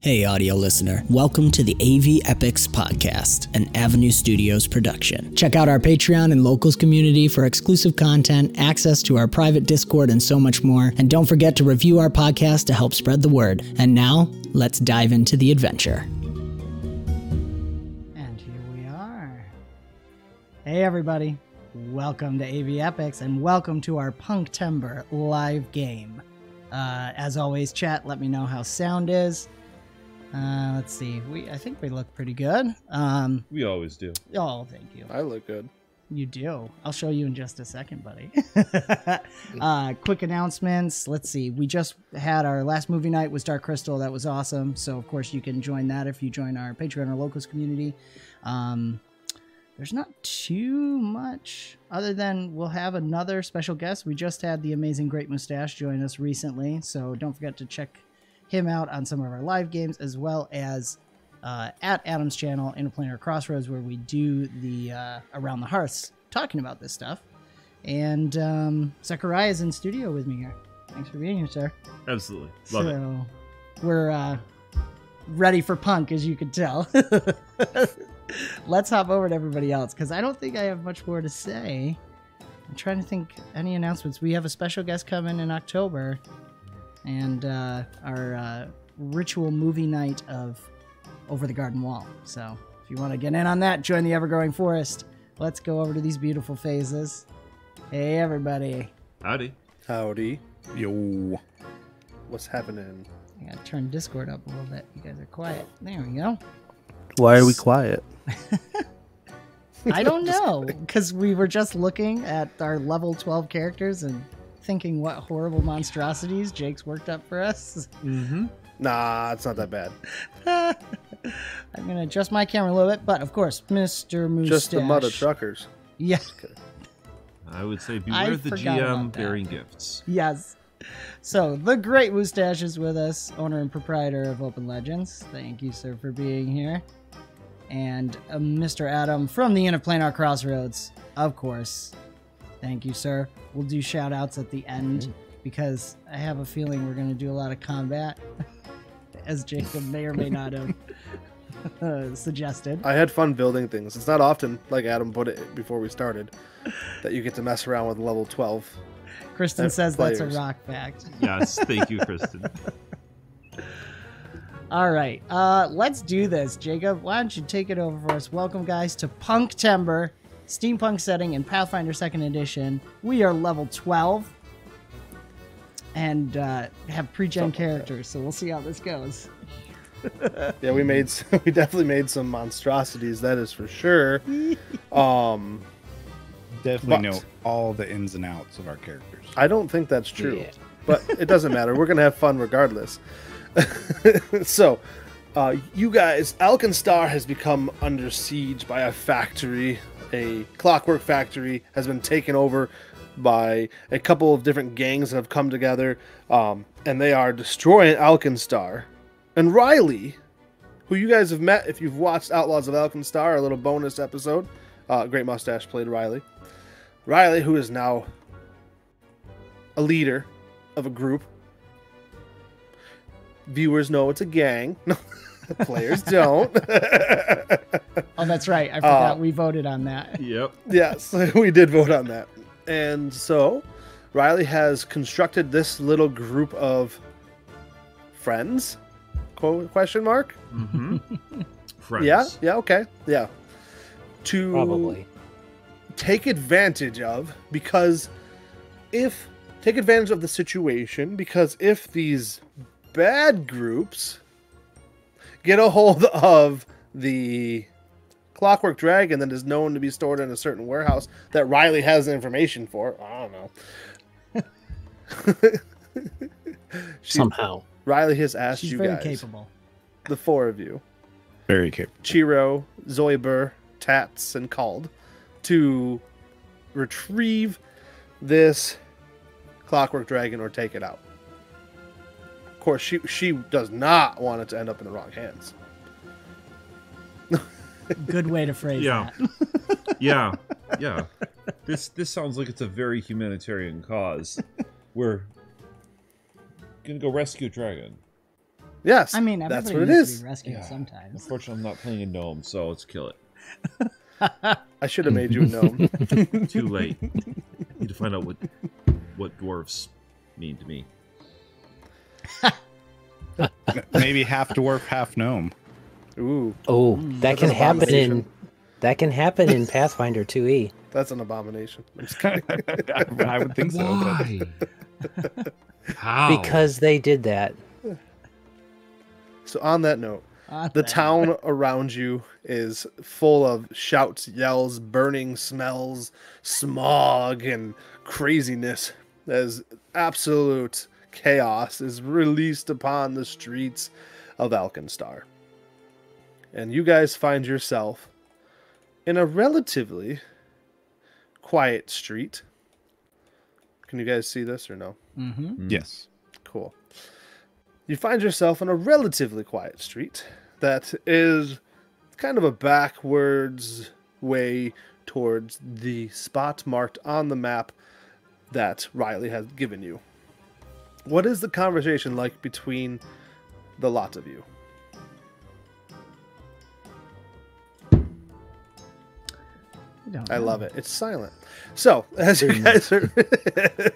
Hey, audio listener. Welcome to the AV Epics Podcast, an Avenue Studios production. Check out our Patreon and locals community for exclusive content, access to our private Discord, and so much more. And don't forget to review our podcast to help spread the word. And now, let's dive into the adventure. And here we are. Hey, everybody. Welcome to AV Epics, and welcome to our Punk Timber live game. Uh, as always, chat, let me know how sound is. Uh, let's see. We I think we look pretty good. Um, We always do. oh, thank you. I look good. You do. I'll show you in just a second, buddy. uh, quick announcements. Let's see. We just had our last movie night was Dark Crystal. That was awesome. So of course you can join that if you join our Patreon or Locals community. Um, there's not too much other than we'll have another special guest. We just had the amazing Great Mustache join us recently, so don't forget to check him out on some of our live games as well as uh, at Adam's channel, Interplanar Crossroads, where we do the uh, Around the Hearths talking about this stuff. And um, Sakurai is in studio with me here. Thanks for being here, sir. Absolutely. Love it. so we're uh, ready for punk, as you can tell. Let's hop over to everybody else because I don't think I have much more to say. I'm trying to think any announcements. We have a special guest coming in October, and uh, our uh, ritual movie night of Over the Garden Wall. So if you want to get in on that, join the ever-growing forest. Let's go over to these beautiful phases. Hey, everybody! Howdy. Howdy. Yo. What's happening? I gotta turn Discord up a little bit. You guys are quiet. There we go. Why are we quiet? I don't know because we were just looking at our level 12 characters and thinking what horrible monstrosities Jake's worked up for us. Mm-hmm. Nah, it's not that bad. I'm gonna adjust my camera a little bit, but of course, Mr. Moose. Just the mud of truckers. Yeah. I would say beware the forgot about GM that. bearing gifts. Yes. So the great Moustache is with us, owner and proprietor of Open Legends. Thank you, sir, for being here. And uh, Mr. Adam from the Interplanar Crossroads, of course. Thank you, sir. We'll do shout outs at the Mm-hmm. end because I have a feeling we're going to do a lot of combat, as Jacob may or may not have uh, suggested. I had fun building things. It's not often, like Adam put it before we started, that you get to mess around with level 12. Kristen have says that's players. a rock fact. Yes. Thank you, Kristen. All right, uh, let's do this, Jacob. Why don't you take it over for us? Welcome, guys, to Punk Timber, steampunk setting in Pathfinder Second Edition. We are level twelve, and uh, have pre-gen characters, so we'll see how this goes. Yeah, we made s- we definitely made some monstrosities, that is for sure. Um, definitely But- know all the ins and outs of our characters. I don't think that's true, Yeah. but it doesn't matter. We're gonna have fun regardless. so, uh, you guys, Alkenstar has become under siege by a factory. A clockwork factory has been taken over by a couple of different gangs that have come together, um, and they are destroying Alkenstar. And Riley, who you guys have met if you've watched Outlaws of Alkenstar, our little bonus episode, uh, Great Mustache played Riley. Riley, who is now a leader of a group. Viewers know it's a gang. No, players don't. Oh, that's right. I Uh, forgot we voted on that. yep. yes, we did vote on that. And so Riley has constructed this little group of friends? Qu- Question mark? Mm-hmm. Friends. Yeah, yeah, okay. Yeah. To take advantage of because if take advantage of the situation because if these bad groups get a hold of the clockwork dragon that is known to be stored in a certain warehouse that Riley has the information for, I don't know. she, Somehow. Riley has asked She's you very guys, capable. the four of you, Very capable. Chiro, Zoiber, Tats, and Called to retrieve this clockwork dragon or take it out. Of course, she she does not want it to end up in the wrong hands. Good way to phrase Yeah. that. Yeah. Yeah. This this sounds like it's a very humanitarian cause. We're gonna go rescue a dragon. Yes. I mean, that's everybody what it needs to is. be rescued Yeah. sometimes. Unfortunately, I'm not playing a gnome, so let's kill it. I should have made you a gnome. Too late. need to find out what what dwarves mean to me. Maybe half dwarf, half gnome. Ooh, Oh, that that's can an happen in abomination. that can happen in Pathfinder E. 2e. that's an abomination. I'm just I, kidding. I would think so. but- Why? How? Because they did that. So on that note, Ah, the thank- town around you is full of shouts, yells, burning smells, smog, and craziness as absolute chaos is released upon the streets of Alkenstar. And you guys find yourself in a relatively quiet street. Can you guys see this or no? Mhm. Yes. Cool. You find yourself on a relatively quiet street that is kind of a backwards way towards the spot marked on the map that Riley has given you. What is the conversation like between the lot of you? don't I know. love it. It's silent. So, as you guys are.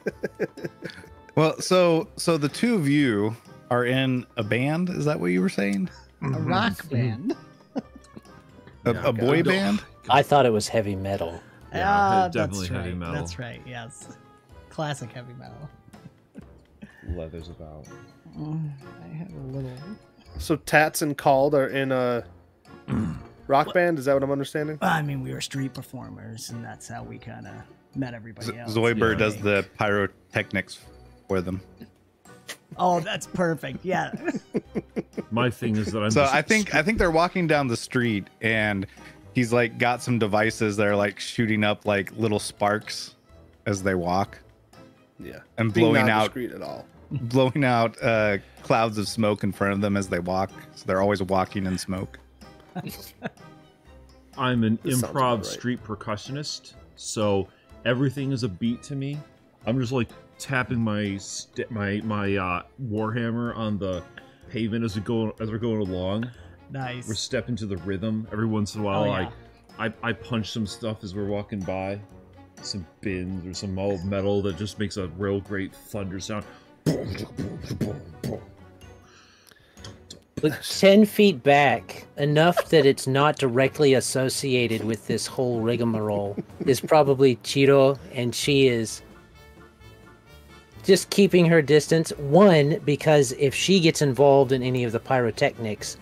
Well, so so the two of you are in a band. Is that what you were saying? Mm-hmm. A rock band. A, Yeah. a boy band? I thought it was heavy metal. Yeah, Ah, definitely that's heavy right. metal. That's right. Yes, classic heavy metal. Leather's about. Mm, I have a little. so, Tats and Called are in a rock band? Is that what I'm understanding? I mean, we were street performers, and that's how we kind of met Z- everybody else. Zoidberg yeah. does the pyrotechnics for them. Oh, that's perfect. Yeah. My thing is that I'm. so just I think I think they're walking down the street and he's like got some devices that are like shooting up like little sparks as they walk Yeah. and Being blowing not out discreet at all. blowing out uh, clouds of smoke in front of them as they walk. So they're always walking in smoke. I'm an This sounds about improv right. street percussionist, so everything is a beat to me. I'm just like tapping my st- my my uh, warhammer on the pavement as we go as we're going along. We're nice. stepping to the rhythm. Every once in a while, Oh, yeah. I, I I punch some stuff as we're walking by, some bins or some old metal that just makes a real great thunder sound. But 10 feet back, enough that it's not directly associated with this whole rigmarole, is probably Chiro, and she is just keeping her distance. One, because if she gets involved in any of the pyrotechnics,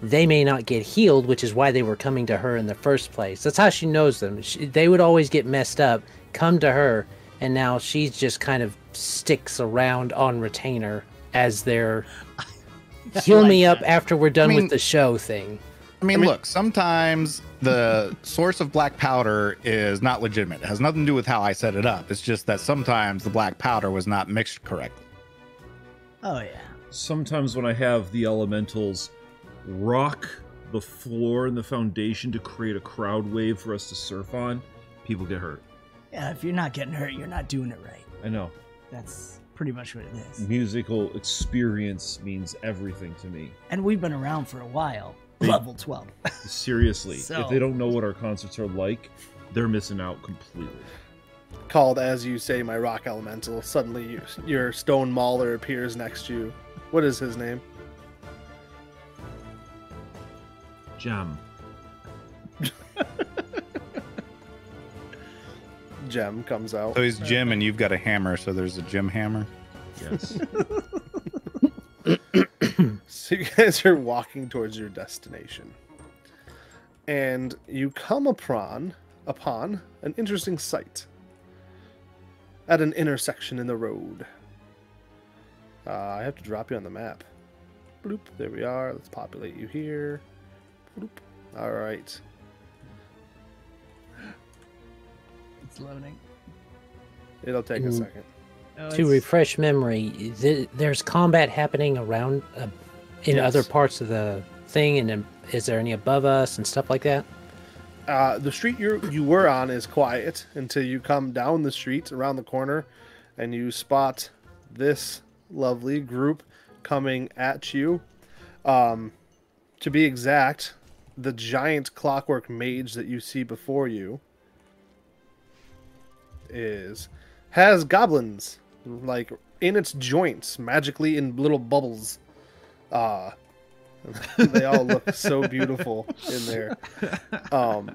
they may not get healed, which is why they were coming to her in the first place. That's how she knows them. She, they would always get messed up, come to her, and now she just kind of sticks around on retainer as their heal like me up that. after we're done mean- with the show thing. I mean, look, sometimes the source of black powder is not legitimate. It has nothing to do with how I set it up. It's just that sometimes the black powder was not mixed correctly. Oh yeah. sometimes when I have the elementals rock the floor and the foundation to create a crowd wave for us to surf on, people get hurt. Yeah. If you're not getting hurt, you're not doing it right. I know. That's pretty much what it is. Mm-hmm. Musical experience means everything to me. And we've been around for a while. Level twelve. Seriously, So- if they don't know what our concerts are like, they're missing out completely. called as you say my rock elemental suddenly you, your stone mauler appears next to you what is his name Jam. gem comes out So he's Jim, and you've got a hammer. So there's a Jim hammer. Yes. so you guys are walking towards your destination and you come upon upon an interesting sight at an intersection in the road uh, i have to drop you on the map bloop there we are let's populate you here bloop all right It's loading. it'll take a Mm. second Oh, to it's- refresh memory, th- there's combat happening around uh, in Yes. other parts of the thing, and um, is there any above us and stuff like that? uh, the street you you were on is quiet until you come down the street around the corner, and you spot this lovely group coming at you. Um, to be exact, the giant clockwork mage that you see before you is has goblins like in its joints, magically in little bubbles. Uh, they all look so beautiful in there. Um,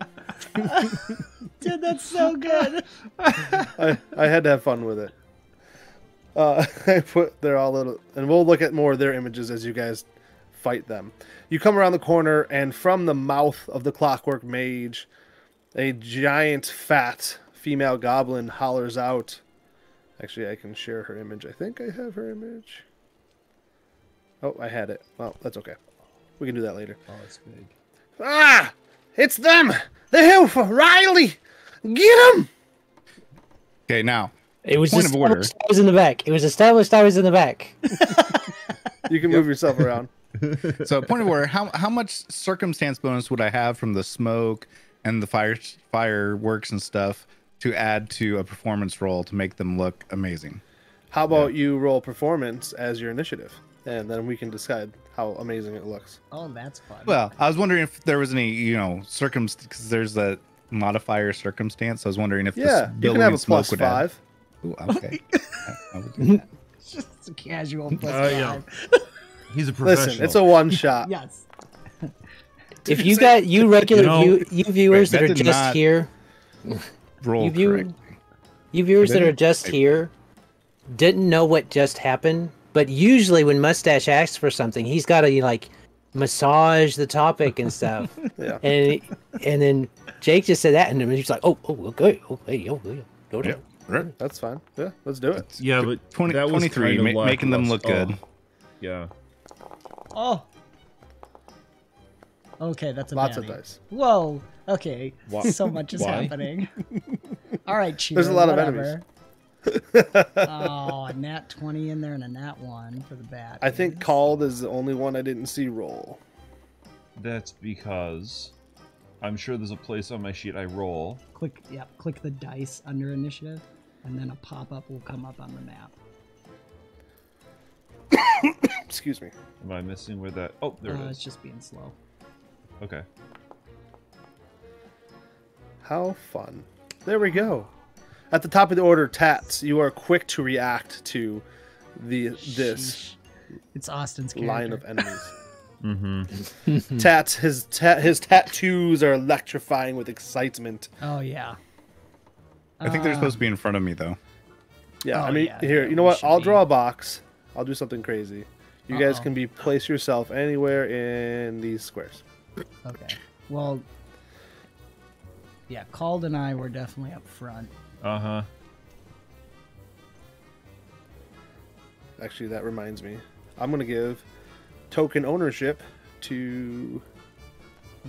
Dude, that's so good. I, I had to have fun with it. Uh, I put they're all little, and we'll look at more of their images as you guys fight them. You come around the corner, and from the mouth of the clockwork mage, a giant, fat female goblin hollers out. Actually, I can share her image. I think I have her image. Oh, I had it. Well, that's okay. We can do that later. Oh, it's big. Ah! It's them! They're here for Riley! Get them! Okay, now It was Point of order. established I was in the back. It was established I was in the back. You can move yourself around. so point of order how how much circumstance bonus would i have from the smoke and the fire fireworks and stuff to add to a performance roll to make them look amazing How about you roll performance as your initiative? And then we can decide how amazing it looks. Oh, that's fun. well i was wondering if there was any you know circumstance because there's that modifier circumstance i was wondering if the Yeah, you billowing can have a smoke plus would add- five. Ooh, okay I- I would do that. It's just a casual plus Uh, yeah. five. He's a professional. Listen, it's a one shot. Yes. if you got you regular know- view, you viewers Wait, that that are did just not- here, roll you view- correct you viewers that didn't- are just here, didn't know what just happened. But usually, when Mustache asks for something, he's got to like massage the topic and stuff. Yeah. And and then Jake just said that, and then he's like, "Oh, oh, okay, oh, hey, oh, yeah, go down." That's fine. Yeah, let's do it. yeah, but 20, that was 23 kinda ma- making them look lackluster. good Oh, yeah. Oh. Okay, that's a Lots of baddie. dice. Whoa. Okay. So much is Why? happening. All right, cheer, There's a lot of whatever. oh, a nat 20 in there and a nat 1 for the bat. I think called is the only one I didn't see roll. That's because I'm sure there's a place on my sheet I roll. click yep, click the dice under initiative and then a pop-up will come up on the map. Excuse me. Am I missing where that? Oh, there uh, it It's is. just being slow. Okay. How fun. There we go. At the top of the order, Tats, you are quick to react to the Sheesh. this It's Austin's character. line of enemies. Mm-hmm. Tats, his ta- his tattoos are electrifying with excitement. Oh yeah. i think they're supposed to be in front of me though Yeah, Oh, I mean, yeah, here, yeah, you know we what? should I'll be- draw a box. I'll do something crazy. You guys Uh-oh. can be place yourself anywhere in these squares. Okay. Well, yeah, Called and I were definitely up front. Uh huh. Actually, that reminds me. I'm gonna give token ownership to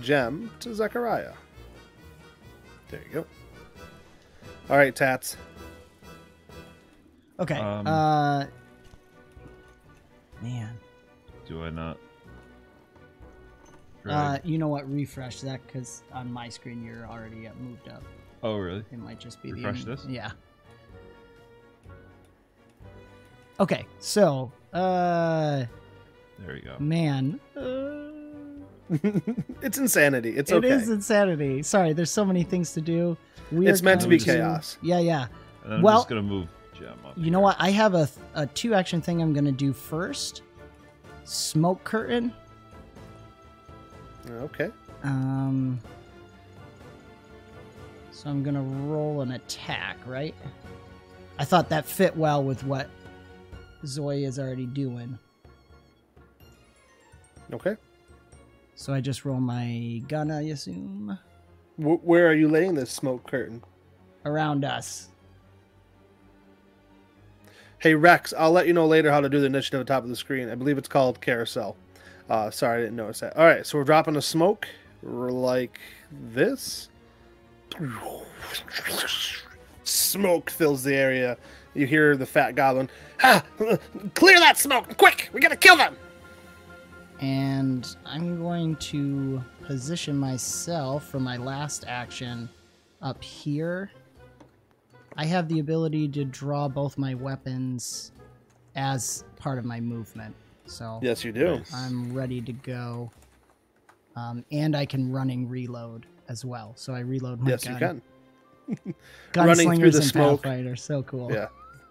Gem to Zechariah. There you go. All right, Tats. Okay. Um, uh, man, Do I not? uh, Drag- you know what? Refresh that because on my screen you're already up, moved up. oh, really? It might just be Refresh the this? Yeah. Okay. So, uh, There you go. man, uh, it's insanity. It's it okay. is insanity. Sorry, there's so many things to do. We It's are meant to going be chaos. Yeah, yeah. And I'm Well- just gonna move Gem up. You know what? I have a, a two action thing I'm going to do first. Smoke curtain. okay. Um, so I'm going to roll an attack, right? I thought that fit well with what Zoe is already doing. Okay. So I just roll my gun, I assume, Wh where are you laying this smoke curtain? around us. Hey Rex, I'll let you know later how to do the initiative at the top of the screen. I believe it's called carousel. Uh, sorry, I didn't notice that. All right, so we're dropping a smoke We're like this. Smoke fills the area. You hear the fat goblin. Ha! Clear that smoke, quick! We gotta kill them. And I'm going to position myself for my last action up here. I have the ability to draw both my weapons as part of my movement. So Yes, you do. I'm ready to go. Um, and I can running reload as well. So I reload Oh my yes, gun. you can. Gunslingers Running through the and smoke. Pathfinder, so cool. Yeah.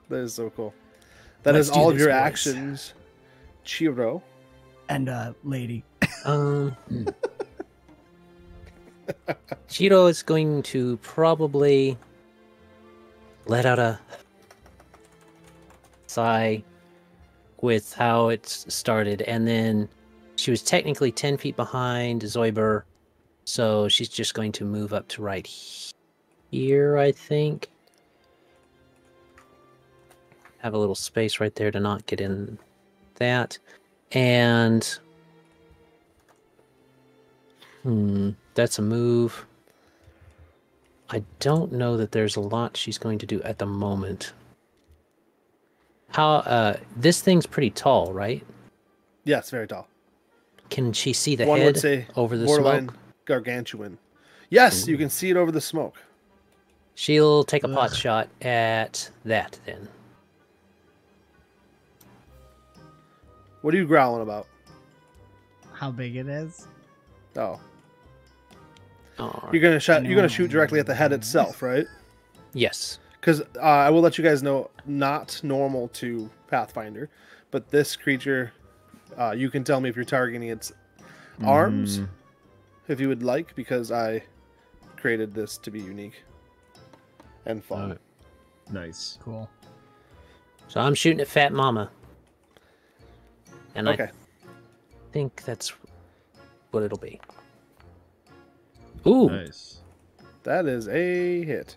That is so cool. That Let's is do all of this, your boys. actions, Chiro. And uh, lady, Um, Chiro is going to probably let out a sigh with how it's started, and then she was technically ten feet behind Zoiber, so she's just going to move up to right he- here, I think. Have a little space right there to not get in that, and. Hmm, that's a move. I don't know that there's a lot she's going to do at the moment. How uh this thing's pretty tall, right? Yes, very tall. Can she see the One head would say over the borderline smoke? Mm-hmm. gargantuan. Yes, you can see it over the smoke. She'll take a pot Ugh. shot at that then. What are you growling about? how big it is? Oh, Alright. you're gonna shot. You're gonna shoot directly at the head itself, right? Yes. Because uh, I will let you guys know, not normal to Pathfinder, but this creature, uh, you can tell me if you're targeting its arms, Mm, if you would like, because I created this to be unique and fun. Alright. nice. Cool. So I'm shooting at Fat Mama. And Okay, I think that's what it'll be. Ooh, Nice. that is a hit.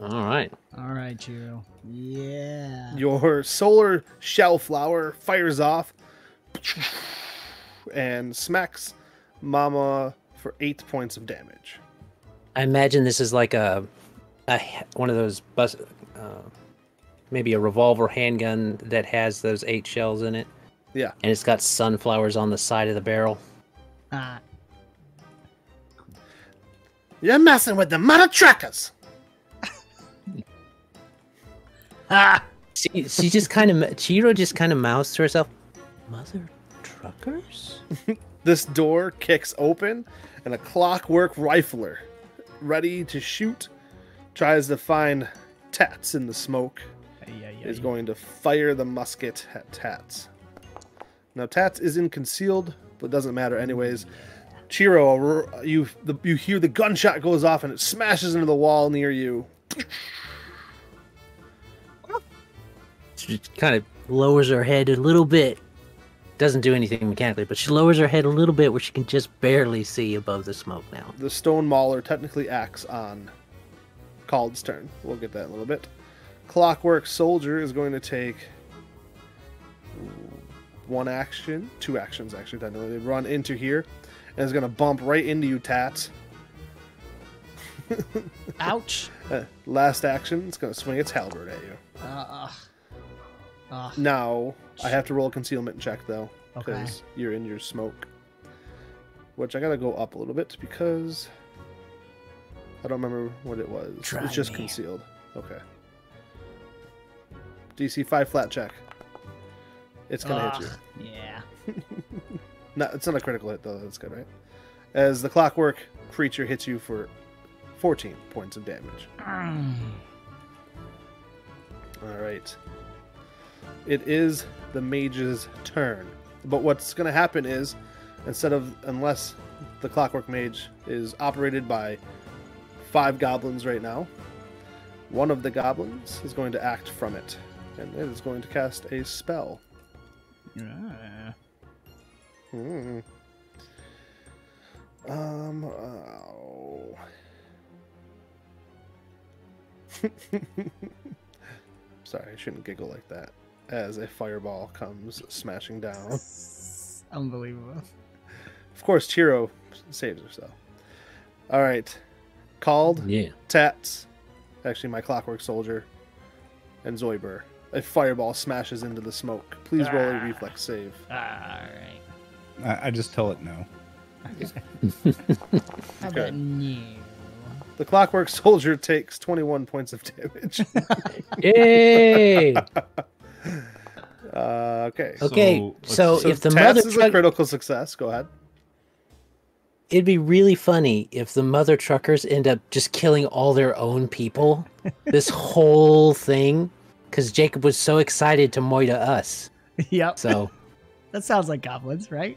all right. All right, Chiro. Yeah. Your solar shell flower fires off and smacks Mama for eight points of damage. I imagine this is like a, a h- one of those bus, uh, maybe a revolver handgun that has those eight shells in it. Yeah. And it's got sunflowers on the side of the barrel. Ah, You're messing with the mother truckers. ah! She, she just kind of Chiro just kind of mouths to herself, "Mother truckers." This door kicks open, and a clockwork rifler, ready to shoot, tries to find Tats in the smoke. Yeah, Is going to fire the musket at Tats. Now Tats is in concealed, but doesn't matter anyways. Chiro, a roar- you the, you hear the gunshot goes off and it smashes into the wall near you. She kind of lowers her head a little bit. Doesn't do anything mechanically, but she lowers her head a little bit where she can just barely see above the smoke now. The stone mauler technically acts on Cald's turn. We'll get that in a little bit. Clockwork soldier is going to take one action, two actions actually. Technically, they run into here and is going to bump right into you, Tats. Ouch. Uh, last action, it's going to swing its halberd at you. Uh, ugh. Ugh. Now, I have to roll a concealment check though, Okay. because you're in your smoke. Which I gotta go up a little bit because I don't remember what it was. Try it's just me. concealed. Okay. DC five flat check. It's gonna hit you. Ugh. Yeah. No, it's not a critical hit though. That's good, right? As the clockwork creature hits you for 14 points of damage. Mm. All right. It is the mage's turn. But what's going to happen is, instead of, unless the clockwork mage is operated by five goblins right now, one of the goblins is going to act from it. And it is going to cast a spell. Oh. Ah. Hmm. Um. Oh. Sorry, I shouldn't giggle like that. As a fireball comes smashing down. Unbelievable. Of course, Chiro saves herself. All right, called Yeah. Tats, actually my clockwork soldier, and Zoiber. A fireball smashes into the smoke. Please roll a Ah. reflex save. All right. I, I just tell it no. How Okay. about you? The clockwork soldier takes 21 points of damage. Yay! Uh, Okay. Okay, so, So, if the Tess mother is a truck, critical success. Go ahead. it'd be really funny if the mother truckers end up just killing all their own people. this whole thing, because Jacob was so excited to moita us. yep. So That sounds like goblins, right?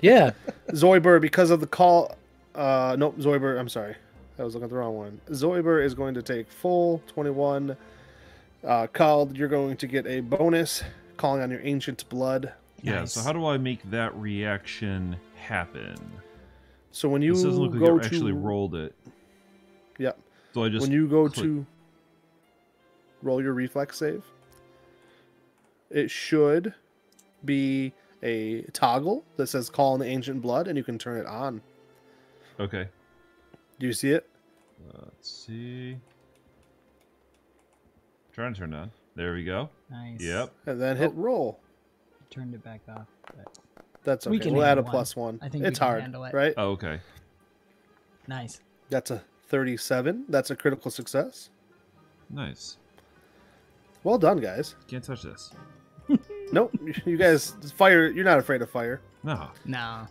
yeah, Zoiber, because of the call. Uh, nope, Zoiber. I'm sorry. I was looking at the wrong one. Zoiber is going to take full 21. Uh, called, you're going to get a bonus calling on your ancient blood. yeah. So Nice. how do I make that reaction happen? So when you this doesn't look like go you to actually rolled it. Yep. So I just when you go click. to roll your reflex save, it should be a toggle that says call on the ancient blood, and you can turn it on. okay. Do you see it? Let's see. Trying to turn it on. There we go. Nice. Yep. And then hit roll. Turned it back off. But That's okay. We We can will add a handle one. plus one. I think we it's can hard, handle it. right? Oh, okay. nice. That's a 37. That's a critical success. Nice. Well done, guys. Can't touch this. Nope, you guys fire. You're not afraid of fire. No. No.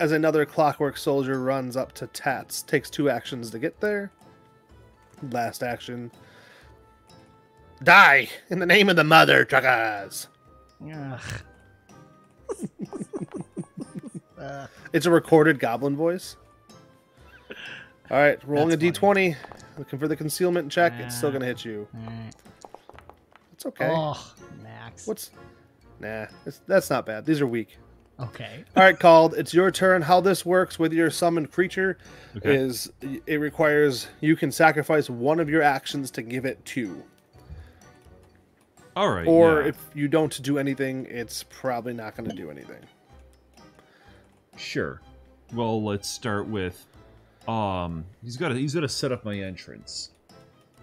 As another clockwork soldier runs up to Tats, takes two actions to get there. Last action. Die in the name of the mother truckers. Ugh. Uh, It's a recorded goblin voice. All right, rolling That's a d20. Looking for the concealment check. It's still gonna hit you. alright. It's okay. Oh, Max. What's? Nah, it's, that's not bad. These are weak. Okay. All right, called. It's your turn. How this works with your summoned creature Okay. is it requires you can sacrifice one of your actions to give it two, All right. or yeah. if you don't do anything, it's probably not going to do anything. Sure. Well, let's start with um he's got to he's got to set up my entrance.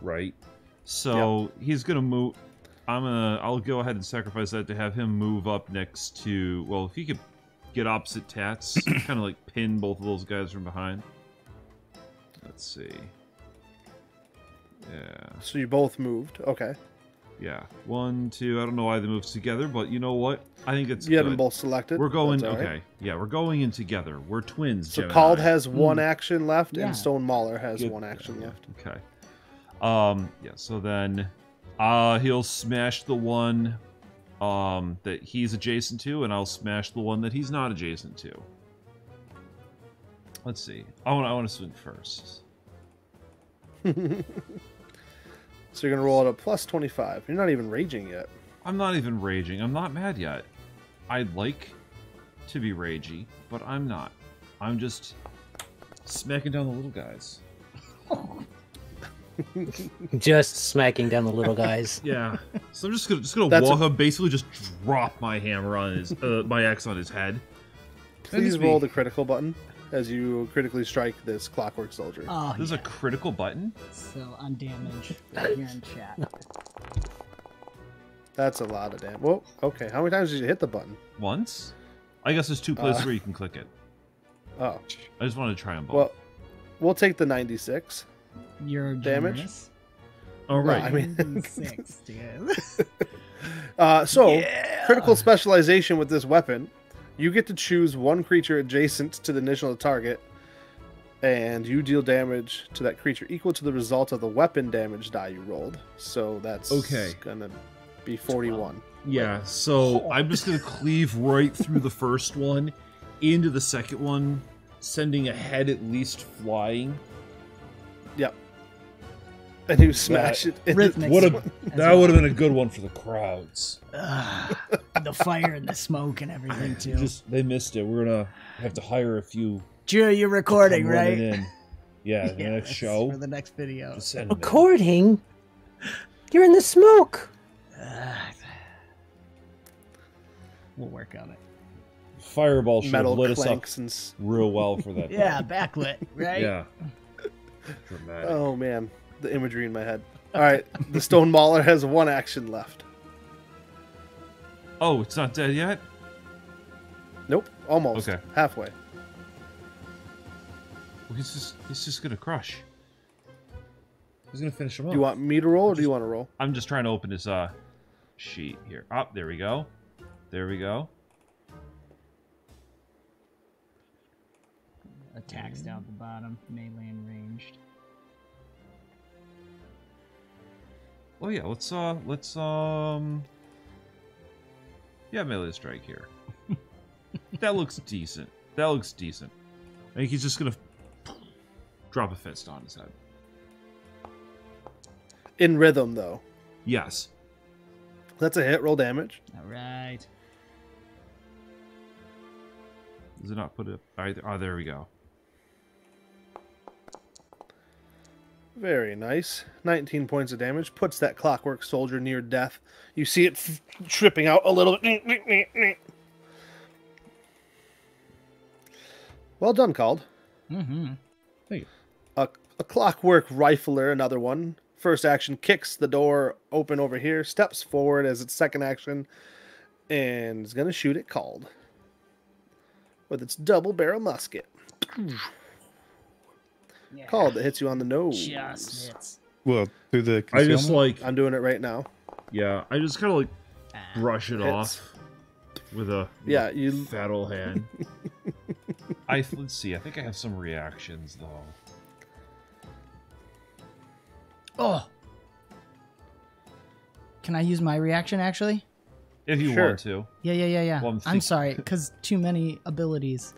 Right? So, he's going to move I'm gonna I'll go ahead and sacrifice that to have him move up next to well, if he could get opposite tats, kind of like pin both of those guys from behind. Let's see. Yeah. So you both moved. Okay, Yeah. One, two. I don't know why they move together, but you know what? I think it's you had good. them both selected. We're going. That's all Okay. right. Yeah, we're going in together. We're twins. So Gemini. called has one action left, Hmm. Yeah. and Stone Mauler has Good- one action left. Okay. Um. Yeah. So then, uh, he'll smash the one, um, that he's adjacent to, and I'll smash the one that he's not adjacent to. Let's see. I want. I want to swing first. So you're gonna roll at a plus twenty-five. You're not even raging yet. I'm not even raging. I'm not mad yet. I'd like to be ragey, but I'm not. I'm just smacking down the little guys. just smacking down the little guys. Yeah. So I'm just gonna just gonna That's walk up, basically just drop my hammer on his uh, my axe on his head. That'd Please just be- roll the critical button as you critically strike this clockwork soldier. Oh, There's yeah. a critical button. so on damage right here in chat. That's a lot of damage. Whoa. Okay. How many times did you hit the button? Once. I guess there's two places Uh. where you can click it. Oh. I just wanted to try them both. Well, we'll take the 96. Your Damage? generous. All no, right. I mean- six, dude. Uh, so, Yeah. critical specialization with this weapon. You get to choose one creature adjacent to the initial target, and you deal damage to that creature equal to the result of the weapon damage die you rolled. So that's Okay. gonna be 41. Yeah, so I'm just gonna cleave right through the first one, into the second one, sending a head at least flying. And you smash it. in the- Rhythmic. What a as that well. would have been a good one for the crowds. Ugh, the fire and the smoke and everything too. Just they missed it. We're gonna have to hire a few. Drew, you're recording, come running right? in. Yeah, the next that's show. for the next video. Just send them in. Recording. You're in the smoke. Ugh. we'll work on it. Fireball should have metal lit us up clanks and. s- real well for that. Yeah, thing. backlit, right? yeah. Dramatic. Oh man, the imagery in my head. All right, the stone mauler has one action left. Oh, it's not dead yet. Nope, almost. Okay. halfway. Well, he's just he's just gonna crush. He's gonna finish him up. Do you want me to roll, or do you want to roll? I'm just trying to open his uh sheet here. Up there we go. There we go. Attacks down the bottom, melee and ranged. Oh yeah, let's uh let's um Yeah, melee strike here. that looks decent. That looks decent. I think he's just gonna drop a fist on his head. In rhythm, though. Yes. That's a hit. Roll damage. All right. Does it not put it up either? Oh, there we go. Very nice. 19 points of damage. Puts that clockwork soldier near death. You see it f- tripping out a little bit. Well done, called. Mm-hmm. a, a clockwork rifler, another one. First action kicks the door open over here, steps forward as its second action, and is going to shoot it called with its double barrel musket. Yeah. Called that hits you on the nose. Just hits. Well, through the I just concealment? like I'm doing it right now. yeah, I just kinda like Ah. brush it Hits. off with a Yeah, you. fat old hand. I let's see, I think I have some reactions though. Oh. Can I use my reaction actually? If you Sure. want to. Yeah, yeah, yeah, yeah. Well, I'm I'm thinking- sorry, because too many abilities.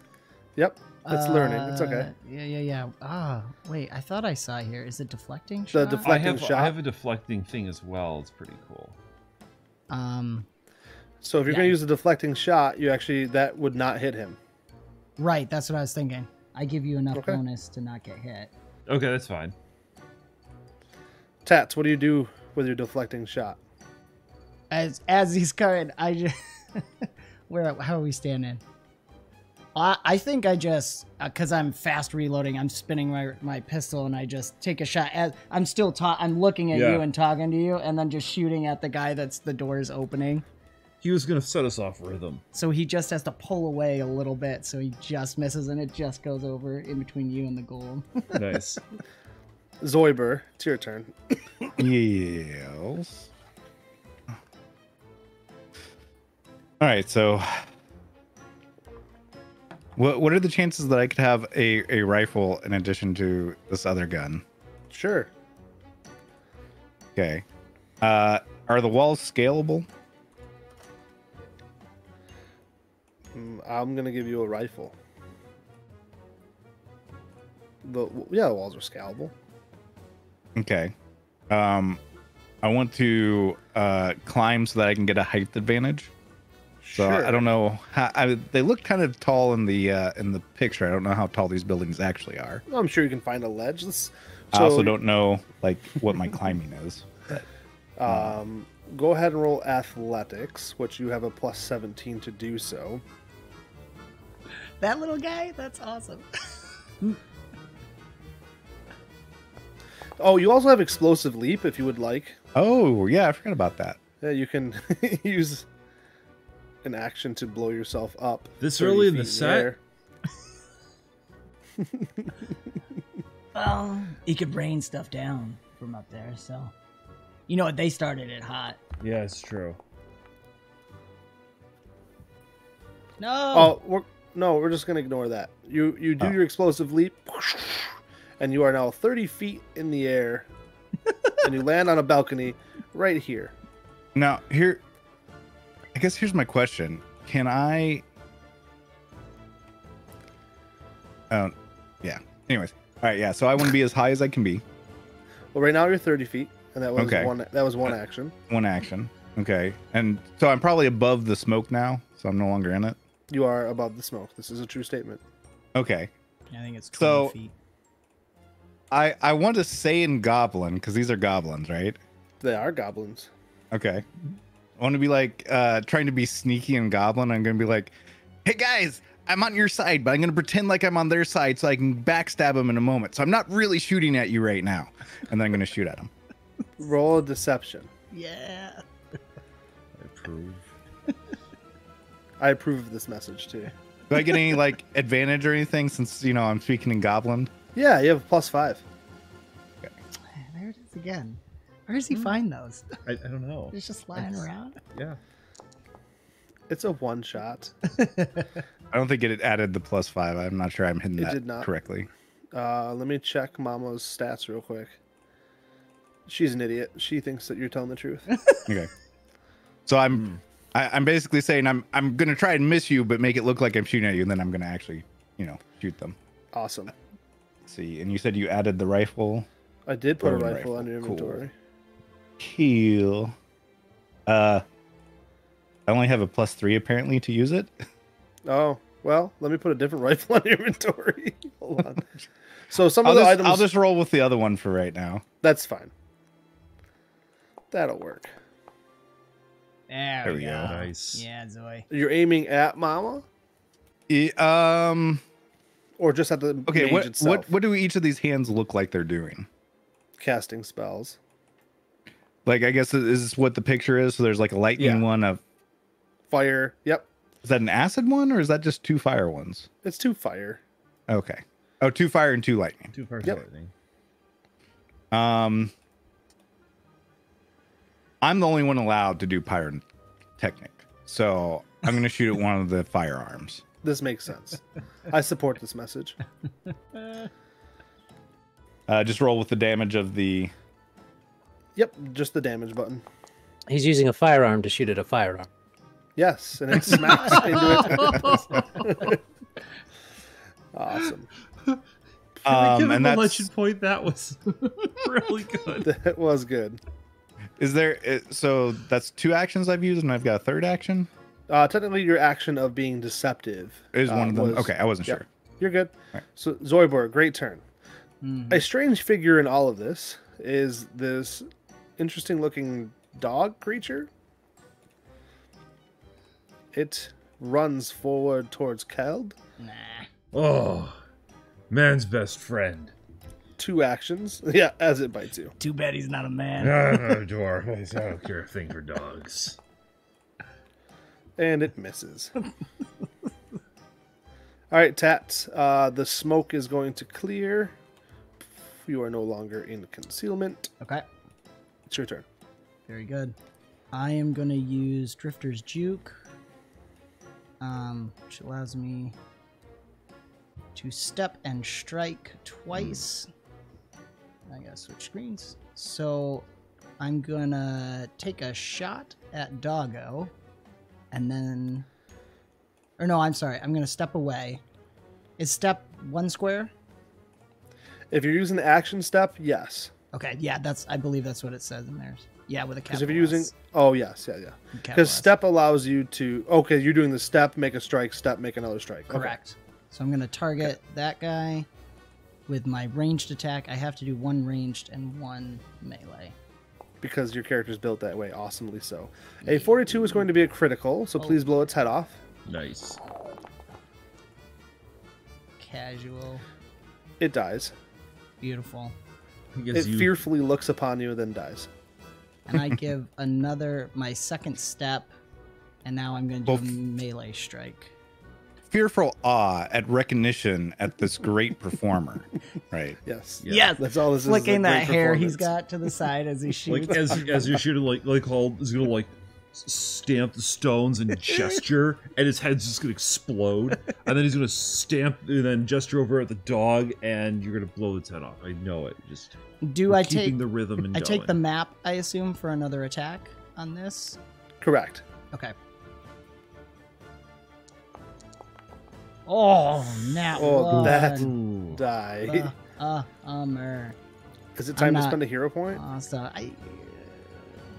Yep, it's learning. It's okay. Uh, Yeah, yeah, yeah. Ah, wait. I thought I saw here. Is it deflecting? The shot? I deflecting have shot. I have a deflecting thing as well. It's pretty cool. um, So if you're yeah. going to use a deflecting shot, you actually that would not hit him. right. That's what I was thinking. I give you enough Okay. bonus to not get hit. Okay, that's fine. Tats, what do you do with your deflecting shot? As as he's coming, I just where how are we standing? I I think I just because I'm fast reloading, I'm spinning my my pistol and I just take a shot. As I'm still ta- I'm looking at Yeah. you and talking to you, and then just shooting at the guy that's the door's opening. He was gonna set us off rhythm. So he just has to pull away a little bit, so he just misses, and it just goes over in between you and the golem. Nice. Zoiber, it's your turn. Yes. All right, so what what are the chances that I could have a, a rifle in addition to this other gun? Sure. Okay. Uh are the walls scalable? Mm, I'm gonna give you a rifle. The yeah, the walls are scalable. Okay. Um I want to uh climb so that I can get a height advantage. So I don't know how I, they look kind of tall in the uh in the picture. I don't know how tall these buildings actually are. I'm sure you can find a ledge. Let's. I also so, don't know like what my climbing is. Um, go ahead and roll athletics, which you have a plus 17 to do so. that little guy, that's awesome. Oh, you also have explosive leap if you would like. Oh yeah, I forgot about that. Yeah, you can use an action to blow yourself up. This 30 early in the feet set? air. Well, he could rain stuff down from up there, so. You know what? They started it hot. yeah, it's true. No! Oh, we're, no, we're just gonna ignore that. You you do Oh. your explosive leap, and you are now 30 feet in the air, and you land on a balcony right here. Now here, I guess here's my question: Can I? Oh, yeah. Anyways, all right, yeah. So I want to be as high as I can be. Well, right now you're 30 feet, and that was Okay. one. That was Uh, one action. One action. Okay, and so I'm probably above the smoke now, so I'm no longer in it. You are above the smoke. This is a true statement. Okay. I think it's 20 so- feet. I I want to say in goblin because these are goblins, right? They are goblins. Okay. I want to be like uh trying to be sneaky and goblin. I'm gonna be like, hey guys, I'm on your side, but I'm gonna pretend like I'm on their side so I can backstab them in a moment. So I'm not really shooting at you right now. And then I'm gonna shoot at them. Roll a deception. Yeah. I approve. I approve of this message too. Do I get any like advantage or anything since you know I'm speaking in goblin? Yeah, you have a plus five. There it is again. Hmm. Where does he find those? I, I don't know. It's just lying around. Yeah. It's a one shot. I don't think it added the plus five. I'm not sure I'm hitting It that did not. correctly. Uh, let me check Mama's stats real quick. She's an idiot. She thinks that you're telling the truth. Okay. So I'm I, I'm basically saying I'm I'm gonna try and miss you, but make it look like I'm shooting at you, and then I'm gonna actually, you know, shoot them. awesome. Let's see, and you said you added the rifle. I did put a rifle, Throwing rifle. on your Cool. inventory. Kill. Uh I only have a plus three apparently to use it. Oh, well, let me put a different rifle on your inventory. Hold on. So some I'll of the just, items I'll just roll with the other one for right now. that's fine. That'll work. There, There we we go. go. Nice. Yeah, Zoe. You're aiming at Mama E- um or just at the okay, mage what, itself what what do each of these hands look like they're doing? casting spells. Like I guess is this what the picture is? So there's like a lightning Yeah. one, a Fire. Yep. is that an acid one or is that just two fire ones? It's two fire. Okay. Oh, two fire and two lightning. Two parts Yep. lightning. Um I'm the only one allowed to do pyrotechnic. So I'm gonna shoot at one of the firearms. This makes sense. I support this message. Uh just roll with the damage of the Yep, just the damage button. He's using a firearm to shoot at a firearm. Yes, and it smacks into it. awesome. um Give him and a that's legend point. That was really good. That was good. is there uh, so that's two actions I've used and I've got a third action? Uh, technically, your action of being deceptive Is uh, one of them was- okay, I wasn't yep. sure. You're good. Right. So Zoibor, great turn. Mhm. A strange figure in all of this is this interesting looking dog creature. It runs forward towards Keld. Nah. Oh, man's best friend. Two actions. Yeah, as it bites you. Too bad he's not a man. No, no, no, dwarf. I don't care a thing for dogs. And it misses. All right, Tats. Uh, the smoke is going to clear. You are no longer in concealment. Okay. It's your turn. Very good. I am going to use Drifter's Juke, um, which allows me to step and strike twice. I gotta switch screens. So I'm gonna take a shot at Doggo, and then, or no, I'm sorry, I'm gonna step away. Is step one square? If you're using the action step, yes. Okay, yeah, that's I believe that's what it says in there. Yeah, with a Because capital. if you're using, S. oh yes, yeah, yeah. Capital Because S. step allows you to. Okay, you're doing the step, make a strike, step, make another strike. Okay. Correct. So I'm going to target that guy with my ranged attack. I have to do one ranged and one melee. Because your character's built that way, awesomely so. A 42 is going to be a critical, Oh. so please blow its head off. Nice. Casual, It dies. beautiful. I guess It you- fearfully looks upon you, then dies. And I give another my second step, and now I'm going to do Well, a f- melee strike. Fearful awe at recognition at this great performer. Right. Yes. Yeah. Yes, That's all this is, is. flicking a great that hair he's performance. got to the side as he shoots. like as as you're shooting, like like Hall is gonna like s- stamp the stones and gesture, and his head's just gonna explode, and then he's gonna stamp and then gesture over at the dog, and you're gonna blow its head off. I know it. Just do I keeping take the rhythm and I take the going. map? I assume for another attack on this. Correct. Okay. Oh, that Oh, one. that Ooh. Die. Uh, uh, ummer. Is it time to not- spend a hero point? Also, I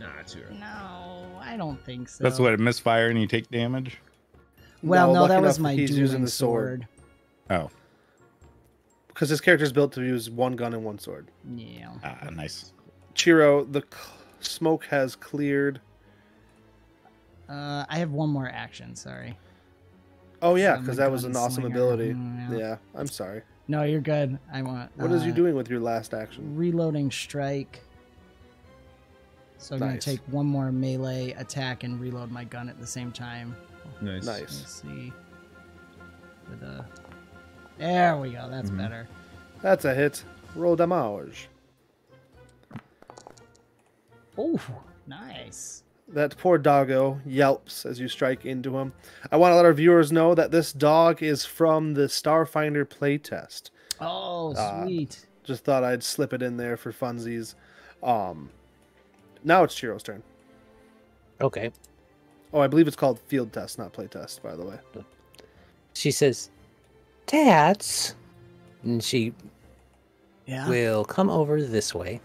Nah, it's here. no, I don't think so. That's what a misfire and you take damage. Well, No, no, that lucky was enough, my he's dueling using the sword. sword. Oh, Because his character's built to use one gun and one sword. Yeah. ah, nice. Chiro, the c- smoke has cleared. Uh, I have one more action. Sorry. Oh yeah, So I'm because a that was an awesome gunslinger. ability. Mm, Yeah. yeah. I'm sorry. No, you're good. I want. What is you uh, doing with your last action? Reloading strike. So I'm gonna Nice. take one more melee attack and reload my gun at the same time. Nice. Nice. Let's see. With a. There we go. That's Mm-hmm. Mhm. better. That's a hit. Roll damage. Oh, nice. That poor doggo yelps as you strike into him. I want to let our viewers know that this dog is from the Starfinder playtest. Oh, Uh, sweet. Just thought I'd slip it in there for funsies. Um, now it's Chiro's turn. Okay. Oh, I believe it's called field test, not play test, by the way. She says, Tats. And she yeah. will come over this way.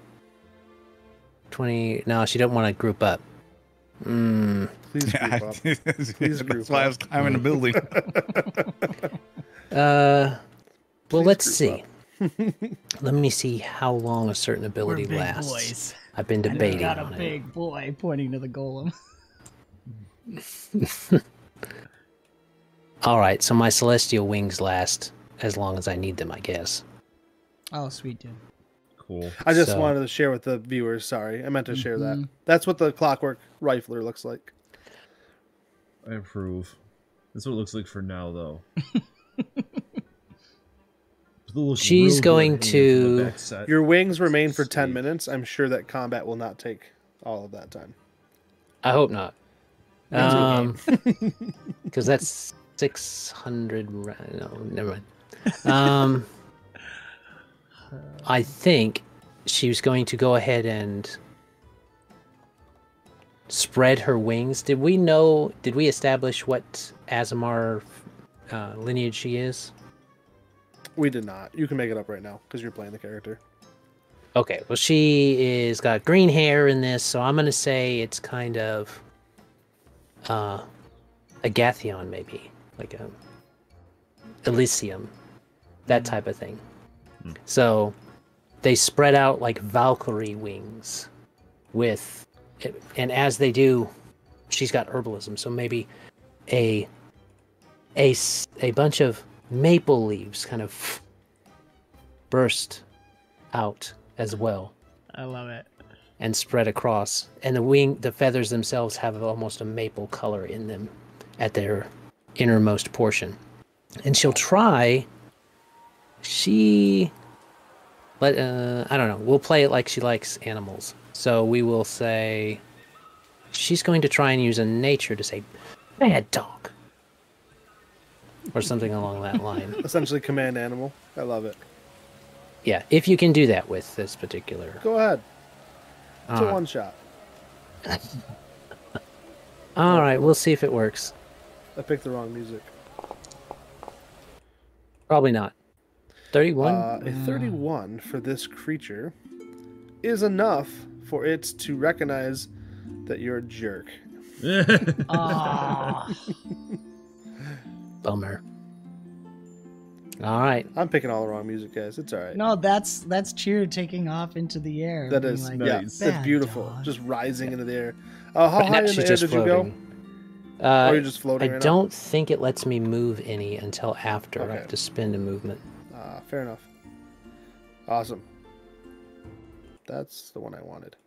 20. No, she doesn't want to group up. Mm, Please group up. That's group why up. I was climbing the building. uh, well, Please let's group see. Let me see how long a certain ability lasts. boys. I've been And debating got a on it. big boy pointing to the golem. All right, so my celestial wings last as long as I need them, I guess. Oh, sweet dude. Cool. I just So- Mm-hmm. wanted to share with the viewers. Sorry, I meant to share that. Mhm. That's what the clockwork rifler looks like. I approve. That's what it looks like for now, though. They look She's real good going hanging from the to- back set. Your wings remain for 10 Sweet. minutes. I'm sure that combat will not take all of that time. I hope not. That's okay. Um, because that's 600. ra- No, never mind. Um, I think she was going to go ahead and spread her wings. Did we know? Did we establish what Azamar uh, lineage she is? We did not. You can make it up right now because you're playing the character. Okay, well, she is got green hair in this, so I'm gonna say it's kind of uh, a Gathion, maybe like a Elysium, that type of thing. So they spread out like Valkyrie wings, with, and as they do, she's got herbalism, so maybe a a s- a bunch of maple leaves kind of burst out as well I love it. and spread across. And the wing, the feathers themselves have almost a maple color in them at their innermost portion. And she'll try. She, let uh, I don't know. We'll play it like she likes animals. So we will say, she's going to try and use a nature to say, bad dog, or something along that line. Essentially, command animal. I love it. yeah, if you can do that with this particular. Go ahead. It's Uh, a one shot. All right, we'll see if it works. I picked the wrong music. Probably not. 31? Uh, a 31 for this creature is enough for it to recognize that you're a jerk. Aw. Bummer. All right. I'm picking all the wrong music, guys. It's all right. no, that's that's cheer taking off into the air. That being is, like, yeah, nice. that's "Bad beautiful. dog." Just rising into the air. Uh, how Right now high in she's the air just did you go? floating. Or Uh, you're just floating I right don't think it lets me move any until after. I Okay. have to spend a movement. now? Uh, fair enough. Awesome. That's the one I wanted.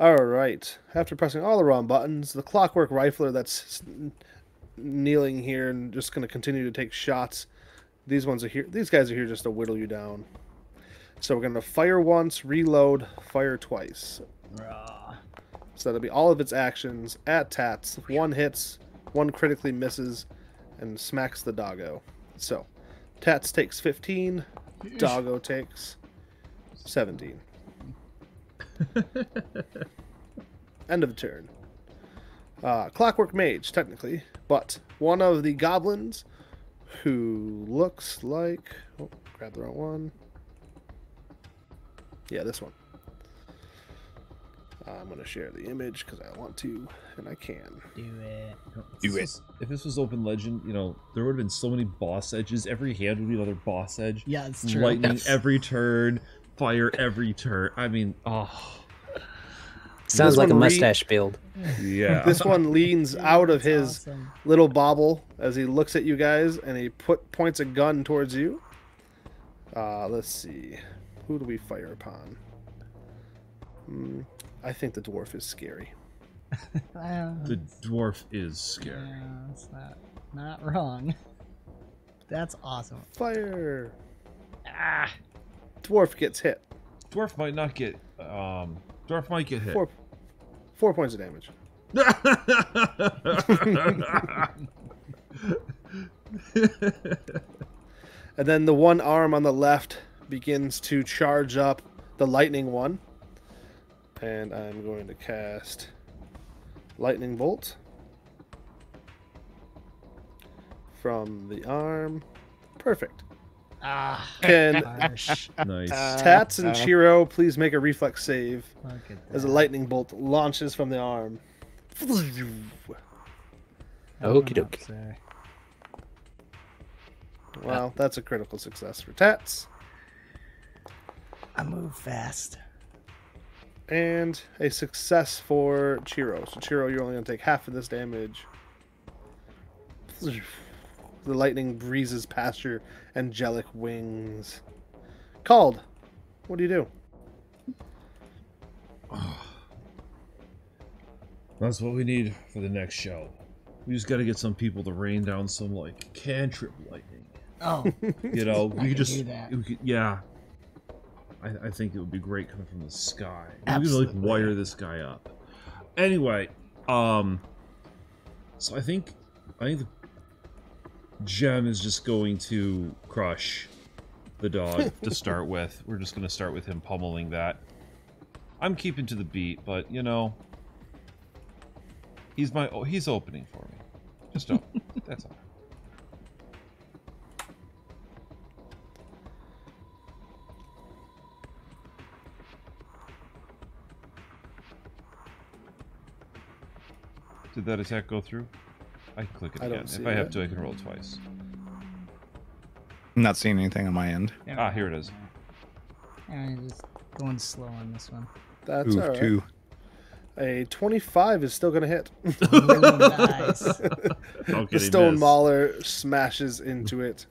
All right. After pressing all the wrong buttons, the clockwork rifler that's s- kneeling here and just going to continue to take shots. These ones are here. These guys are here just to whittle you down. So we're going to fire once, reload, fire twice. Rah. So that'll be all of its actions at tats. One hits, one critically misses, and smacks the doggo. So tats takes 15, doggo takes 17. End of turn. Uh, clockwork mage, technically, but one of the goblins who looks like. Oh, grab the wrong one. Yeah, this one. I'm going to share the image because I want to and I can. Do it. Do it. If this was open legend, you know, there would have been so many boss edges. Every hand would be another boss edge. Yeah, it's true. Lightning Yes. every turn, fire every turn. I mean, oh Sounds like a one re- mustache build. yeah. This one leans out of That's his awesome. little bobble as he looks at you guys and he put points a gun towards you. Uh, let's see. Who do we fire upon? Hmm, I think the dwarf is scary. Uh, the dwarf is scary. yeah, that's not not wrong. That's awesome. Fire! Ah, Dwarf gets hit. Dwarf might not get um. Dwarf might get hit. Four, four points of damage. And then the one arm on the left begins to charge up the lightning one. And I'm going to cast lightning bolt from the arm. Perfect. Ah, Can gosh. nice. Tats and Chiro please make a reflex save Look at as that. a lightning bolt launches from the arm? That went Okie dokie. up, sir. Wow, that's a critical success for Tats. I move fast. And a success for Chiro. So Chiro, you're only gonna take half of this damage. The lightning breezes past your angelic wings. Called. What do you do? That's what we need for the next show. We just got to get some people to rain down some like cantrip lightning. Ah, Oh, You know, I we can just do that. we could- yeah. I, I think it would be great coming from the sky. We could Absolutely. like wire this guy up. Anyway, um, so I think I think the gem is just going to crush the dog to start with. We're just going to start with him pummeling that. I'm keeping to the beat, but you know, he's my oh, he's opening for me. Just don't. That's all. Did that attack go through? I can click it I don't again. If see I have it. to, I can roll it twice. I'm not seeing anything on my end. There Ah, we here go. it is. I'm just going slow on this one. That's Ooh, all right. two. A 25 is still gonna hit. Ooh, nice. Okay, the stone mauler smashes into it.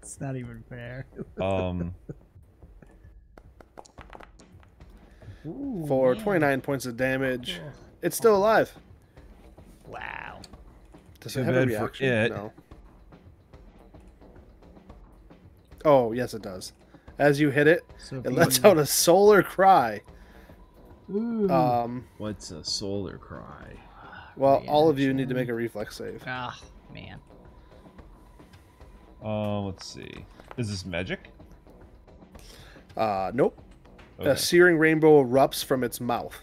It's not even fair. Um, Ooh, for man. 29 points of damage. Ugh, It's still alive. Wow. Does Too it have bad a for reaction? it. No. Oh, yes, it does. As you hit it, So if it you- lets out a solar cry. Ooh. Um, what's a solar cry? well, all of you need to make a reflex save. Ah, man. Uh, let's see. Is this magic? Uh, nope. A Okay. searing rainbow erupts from its mouth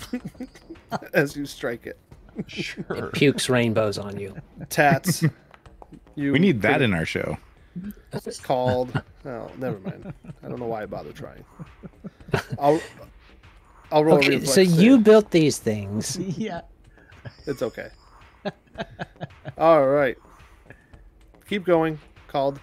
as you strike it. Sure. Pukes rainbows on you. Tats. You We couldn't- need that in our show. It's called. Oh, never mind. I don't know why I bother trying. I'll. I'll roll. a Okay, reflex so save. you built these things. Yeah. It's okay. All right. Keep going. Called.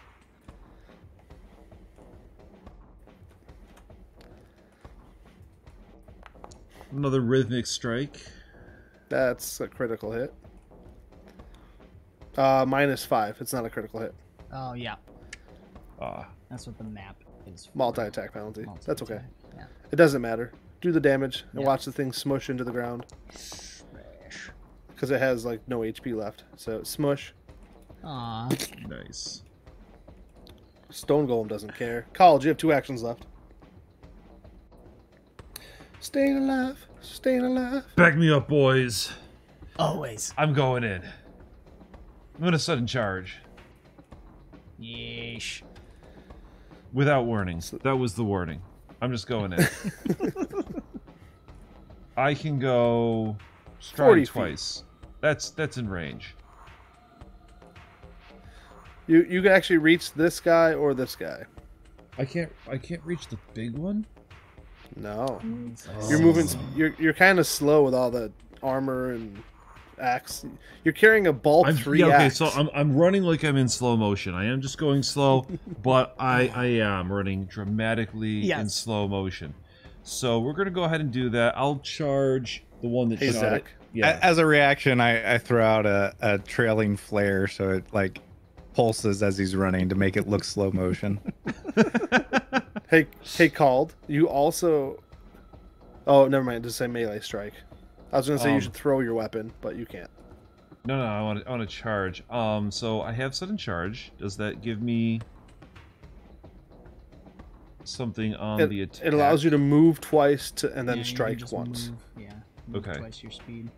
Another rhythmic strike. That's a critical hit. Uh, minus five. It's not a critical hit. Oh, yeah. Ah, That's what the map is for. Multi attack penalty. That's okay. Multi-attack, Yeah. It doesn't matter. Do the damage and Yeah. watch the thing smush into the ground because it has like no HP left. So smush. Aw. nice. Stone Golem doesn't care. College, you have two actions left. Staying alive. Staying alive. Back me up, boys. Always. I'm going in. I'm gonna sudden charge Yeesh. without warning. That was the warning. I'm just going in. I can go stride 40 feet. twice. That's that's in range. You you can actually reach this guy or this guy. I can't I can't reach the big one. No. You're Oh. You're moving. You're you're kind of slow with all the armor and axe. You're carrying a bulk I'm Oh, three yeah, okay, axe. so I'm, I'm running like I'm in slow motion. I am just going slow, but I I am running dramatically in Yes. slow motion. So we're gonna go ahead and do that. I'll charge the one that Hey, shot Zach. it. Yeah, A- As a reaction, I, I throw out a, a trailing flare so it like pulses as he's running to make it look slow motion. Hey hey, called. You also. Oh, never mind. Just say melee strike. I was gonna say Um, you should throw your weapon, but you can't. no, no, I want to, I want to charge. Um, so I have sudden charge. Does that give me something on It, the attack? it allows you to move twice to and Yeah, then you can strike just once. move, Yeah. move Okay. twice your speed.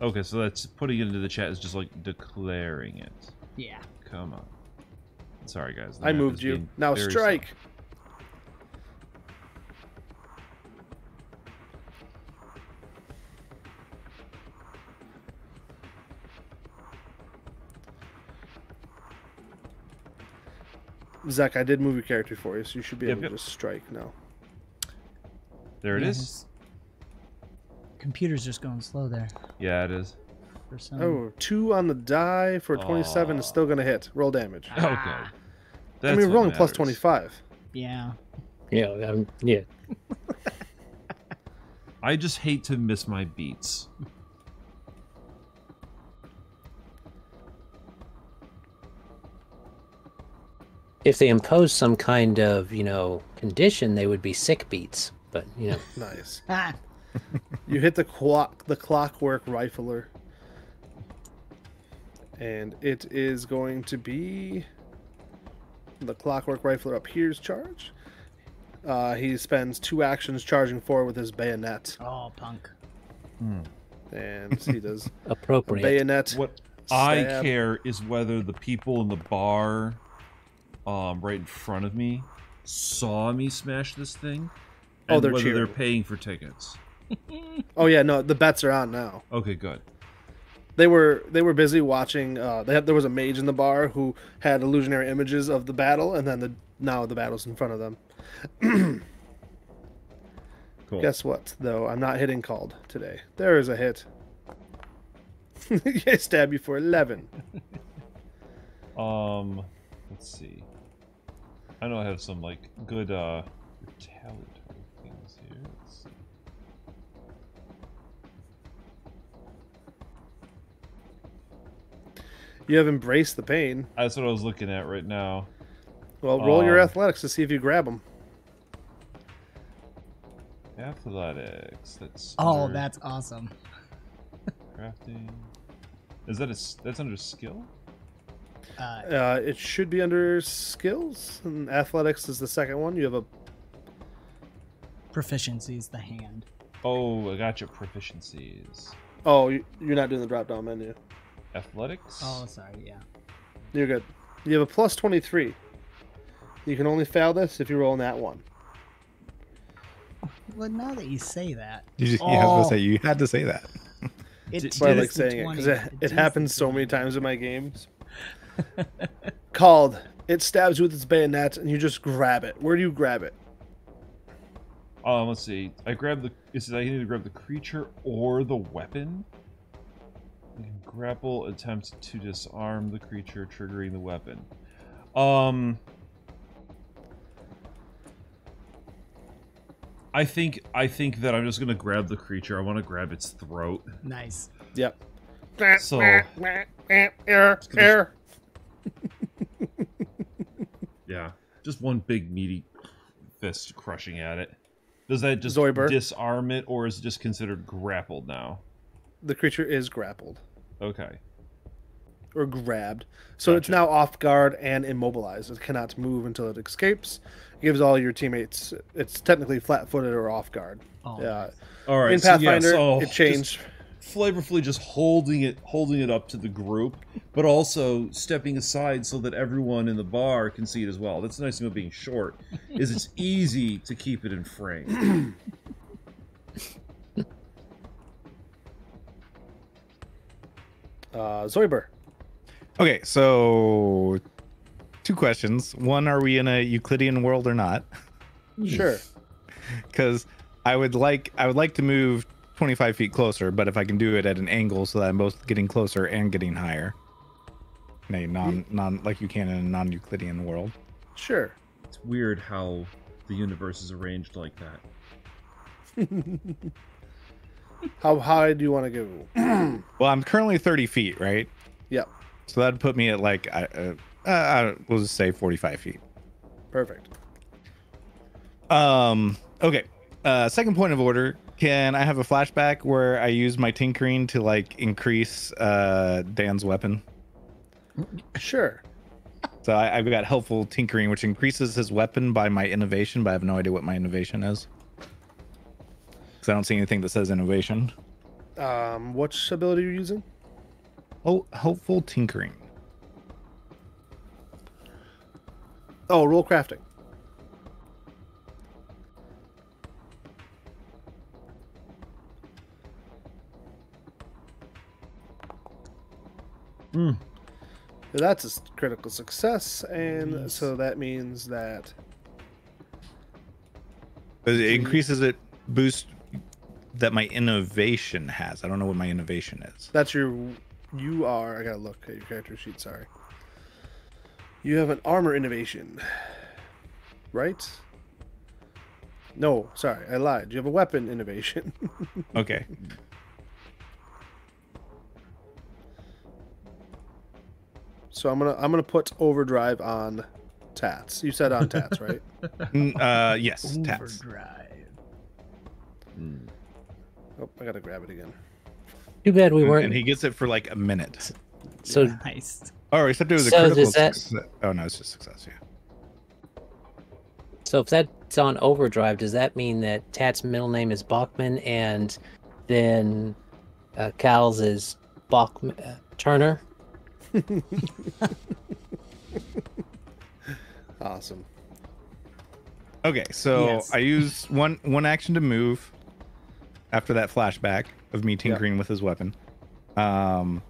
Okay, so that's putting it into the chat is just like declaring it. Yeah. Come on. Sorry, guys. the I map moved is you. being Now very strike. slow. Zach, I did move your character for you, so you should be Yep, able yep. to just strike now. There it Yeah, is. his Computer's just going slow there Mm-hmm. Yeah, it is. for some. oh, two on the die for a 27 is Um, Aw. still going to hit. Roll damage. Okay. Ah. That's I mean, what rolling plus matters. 25. Yeah. Yeah, um, yeah. I just hate to miss my beats. If they imposed some kind of you know condition, they would be sick beats. But you know, Nice. Ah, You hit the clock, the clockwork rifler, and it is going to be the clockwork rifler up here's charge. Uh, he spends two actions charging forward with his bayonet, oh, punk. and he does a appropriate. bayonet. What I stab. care is whether the people in the bar um, right in front of me saw me smash this thing. Oh, and they're whether they're cheering. paying for tickets. Oh yeah, no, the bets are on now. Okay, good. They were they were busy watching. Uh, they had, there was a mage in the bar who had illusionary images of the battle, and then the now the battle's in front of them. Cool. Guess what, though? I'm not hitting called today. There is a hit. I stab you for 11. Um, let's see. I know I have some like good uh retaliatory things here. Let's see. You have embraced the pain. That's what I was looking at right now. Well, roll your Um, athletics to see if you grab him. Athletics. That's Oh, under that's awesome. crafting. Is that a s- that's under skill? Uh, Uh, it should be under skills, and athletics is the second one. You have a. proficiency's the hand. Oh, I got your proficiencies. Oh, you- you're not doing the drop down menu. Athletics. Oh, sorry. Yeah. You're good. You have a plus 23. You can only fail this if you roll in that one. Well, now that you say that, You, just, yeah, I was Oh. gonna say you had to say that. it Did- is That's why I Dude, like the saying it 20. because it, it is happens the so many 20. times in my games. Called. It stabs you with its bayonet, and you just grab it. Where do you grab it? Um, let's see. I grab the. It says I need to grab the creature or the weapon. You can grapple, attempt to disarm the creature, triggering the weapon. Um. I think I think that I'm just gonna grab the creature. I want to grab its throat. Nice. Yep. So- Err, err. Yeah, just one big meaty fist crushing at it. Does that just Zoidberg. disarm it, or is it just considered grappled now? The creature is grappled Okay. or grabbed, so it's Gotcha. now off guard and immobilized. It cannot move until it escapes. It gives all your teammates. It's technically flat-footed or off guard. Oh, Yeah. All right. In so yeah, Pathfinder, so it just- changed. flavorfully just holding it holding it up to the group but also stepping aside so that everyone in the bar can see it as well that's the nice thing about being short is it's easy to keep it in frame Uh, Zoiber. Okay, so two questions. One, are we in a Euclidean world or not? Sure. Because I would like I would like to move 25 feet closer, but if I can do it at an angle so that I'm both getting closer and getting higher. Nay, non non like you can in a non-Euclidean world. Sure. it's weird how the universe is arranged like that How high do you want to go? Well, I'm currently 30 feet, right? Yep. So that'd put me at like I uh, uh, I- we'll just say 45 feet. Perfect. Um. Okay. Uh. Second point of order. Can I have a flashback where I use my tinkering to like increase uh Dan's weapon? Sure. So I, I've got helpful tinkering, which increases his weapon by my innovation, but I have no idea what my innovation is. 'Cause So I don't see anything that says innovation. Um, which ability are you using? Oh, helpful tinkering. Oh, roll crafting. Mm. So that's a s- critical success, and so that means that It increases it boost that my innovation has. I don't know what my innovation is. that's your you are. I gotta look at your character sheet. Sorry, you have an armor innovation, right? No, sorry, I lied. You have a weapon innovation. Okay. so I'm gonna I'm gonna put overdrive on tats. You said on tats, right? Mm, uh, yes. Tats. Overdrive. Mm. Oh, I gotta grab it again. Too bad we And weren't. he gets it for like a minute. so Nice. Oh, except it was a So critical does that- success. Oh no, it's just success. Yeah. so if that's on overdrive, does that mean that Tat's middle name is Bachman and then uh, Cal's is Bachman uh, Turner? Awesome. Okay, so Yes. I use one one action to move after that flashback of me tinkering with his weapon. Um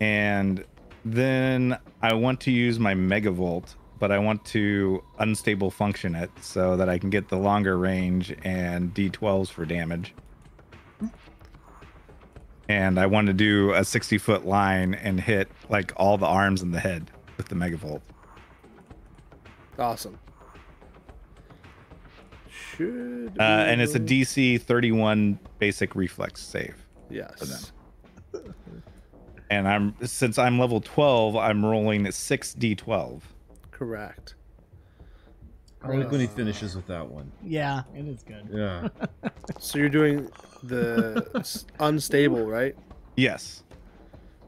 and then I want to use my megavolt, but I want to unstable function it so that I can get the longer range and d12s for damage. And I want to do a 60 foot line and hit like all the arms and the head with the megavolt. Awesome. Should Uh, and it's a we- DC 31 basic reflex save. yes. and I'm since I'm level 12, I'm rolling six d12. Correct. I like when he finishes with that one. Yeah, it is good. Yeah. So you're doing the s- unstable, right? Yes.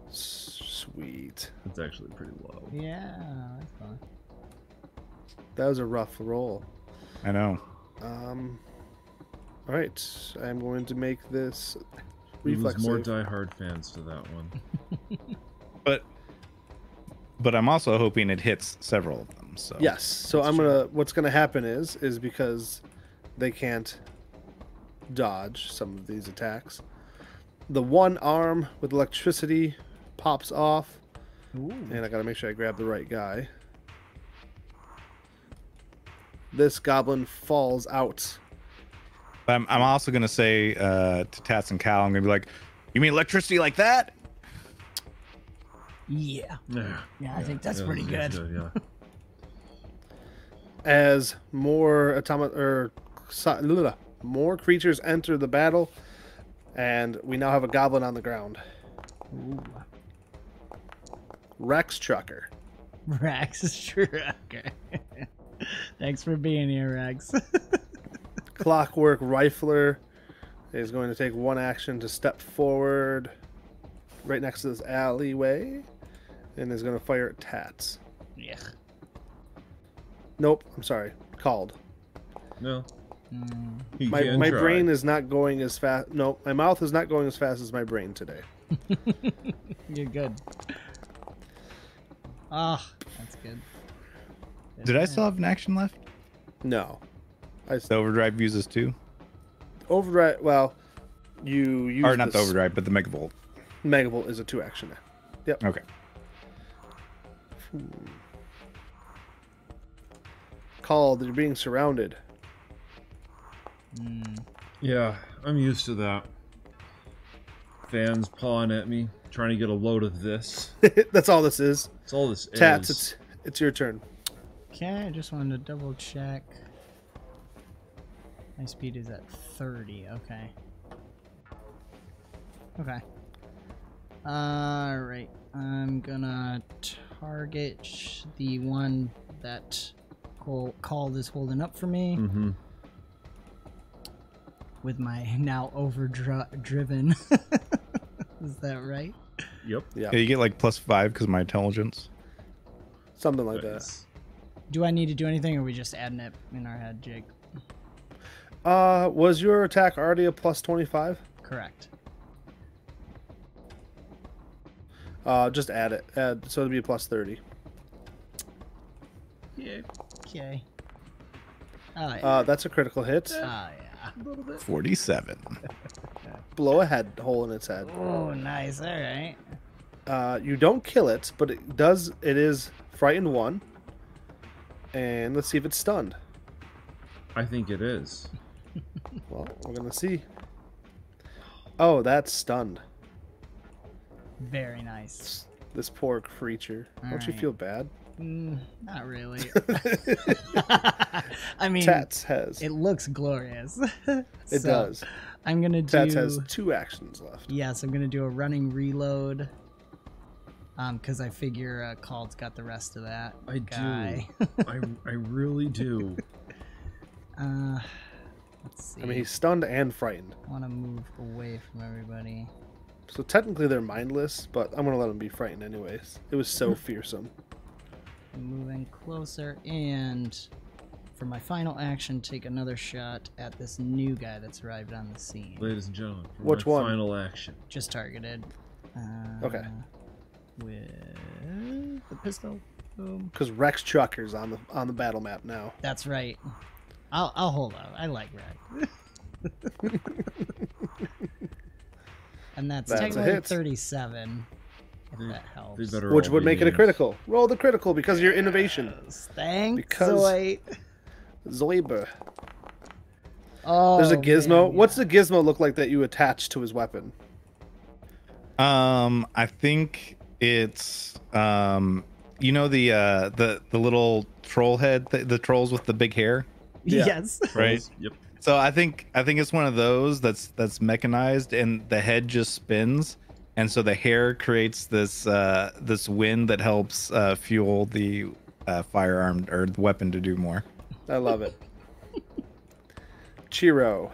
S- Sweet. It's actually pretty low. Yeah, that's fun. That was a rough roll. I know. Um. All right, I'm going to make this We lose reflex more save. Die Hard fans to that one. But but I'm also hoping it hits several of them. So Yes. So I'm gonna. What's gonna happen is, is because they can't dodge some of these attacks. The one arm with electricity pops off, and I gotta make sure I grab the right guy. This goblin falls out. But I'm, I'm also gonna say uh, to Tats and Cal, I'm gonna be like, "You mean electricity like that?" Yeah, Yeah. yeah, I think that's Yeah, pretty that's good. Yeah. As more atomic or si- blah, more creatures enter the battle, and we now have a goblin on the ground. Ooh. Rex Trucker. Rax is true. Okay. Thanks for being here, Rax. Clockwork Rifler is going to take one action to step forward right next to this alleyway and is going to fire at Tats. yeah. Nope, I'm sorry. Called. No. Mm, He My, can my try. brain is not going as fast. No, my mouth is not going as fast as my brain today. you're good. Ah, that's good. Good Did I man. still have an action left? No. I The overdrive uses two, overdrive. Well, you use or not the this- overdrive, but the megavolt. Megavolt is a two action. Okay. Hmm. Called. You're being surrounded. Mm, Yeah, I'm used to that. Fans pawing at me, trying to get a load of this. That's all this is. It's all this Tats. is. It's it's your turn. okay, I just wanted to double check. My speed is at 30. Okay. Okay. Alright. I'm gonna target sh- the one that call- called is holding up for me. Mm-hmm. with my now overdriven. Is that right? Yep. Yeah, you get like plus five because my intelligence. Something like that. Nice. Do I need to do anything, or are we just adding it in our head, Jake? Uh, was your attack already a plus 25? Correct. Uh, just add it. Add, so it'd be a plus 30. Yeah, Okay. Oh, yeah. Uh, that's a critical hit. oh, yeah. a little bit. 47. Blow a head hole in its head. Oh, nice. All right. Uh, you don't kill it, but it does. It is frightened one. And let's see if it's stunned. I think it is. Well, we're gonna see. Oh, that's stunned. Very nice. This poor creature. Don't you Alright. feel bad? Mm, not really. I mean, Tats has. it It, looks glorious. it does. I'm gonna do. Tats has two actions left. Yes, I'm gonna do a running reload. Um, because I figure uh, Cald's got the rest of that I do. guy. I, I really do. uh, let's see. I mean, he's stunned and frightened. want to move away from everybody. So technically they're mindless, but I'm gonna let him be frightened anyways. It was Hmm. so fearsome. Moving closer, and for my final action, take another shot at this new guy that's arrived on the scene. Ladies and gentlemen, for Which my one? final action. Just targeted. Uh, Okay. With the pistol. Boom. Because Rex Trucker's on the on the battle map now. That's right. I'll I'll hold out. I like red. and that's, That's a technically hit. 37. If They- that They helps. better Which roll would the make it a damage. critical. Roll the critical because of your innovation. Yes, Thanks. Because- Zoid. Zoiber. Oh, There's a gizmo. man, What's the gizmo look like that you attach to his weapon? Um, I think it's um, you know the uh the the little troll head, the, the trolls with the big hair. yeah. yeah. Yes. Right. Yep. So I think I think it's one of those that's that's mechanized and the head just spins and so the hair creates this uh this wind that helps uh fuel the uh firearm or the weapon to do more. I love it. Chiro,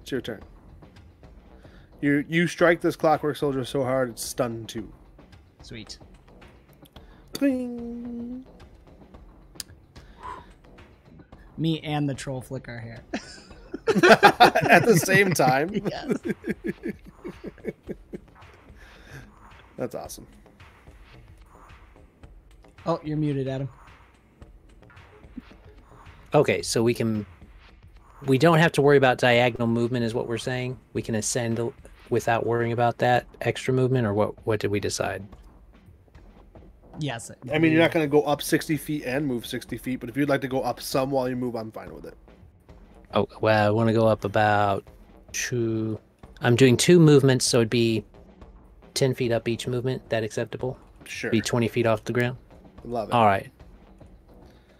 it's your turn. You you strike this clockwork soldier so hard it's stunned too. Sweet. Cling. Me and the troll flick our hair. At the same time. yes. That's awesome. Oh, you're muted, Adam. Okay, so we can. We don't have to worry about diagonal movement, is what we're saying. We can ascend l- without worrying about that extra movement, or what? What did we decide? Yes. I mean, you're not going to go up 60 feet and move 60 feet, but if you'd like to go up some while you move, I'm fine with it. Oh, well, I want to go up about two. I'm doing two movements, so it'd be ten feet up each movement. That acceptable? Sure. Be twenty feet off the ground. Love it. All right.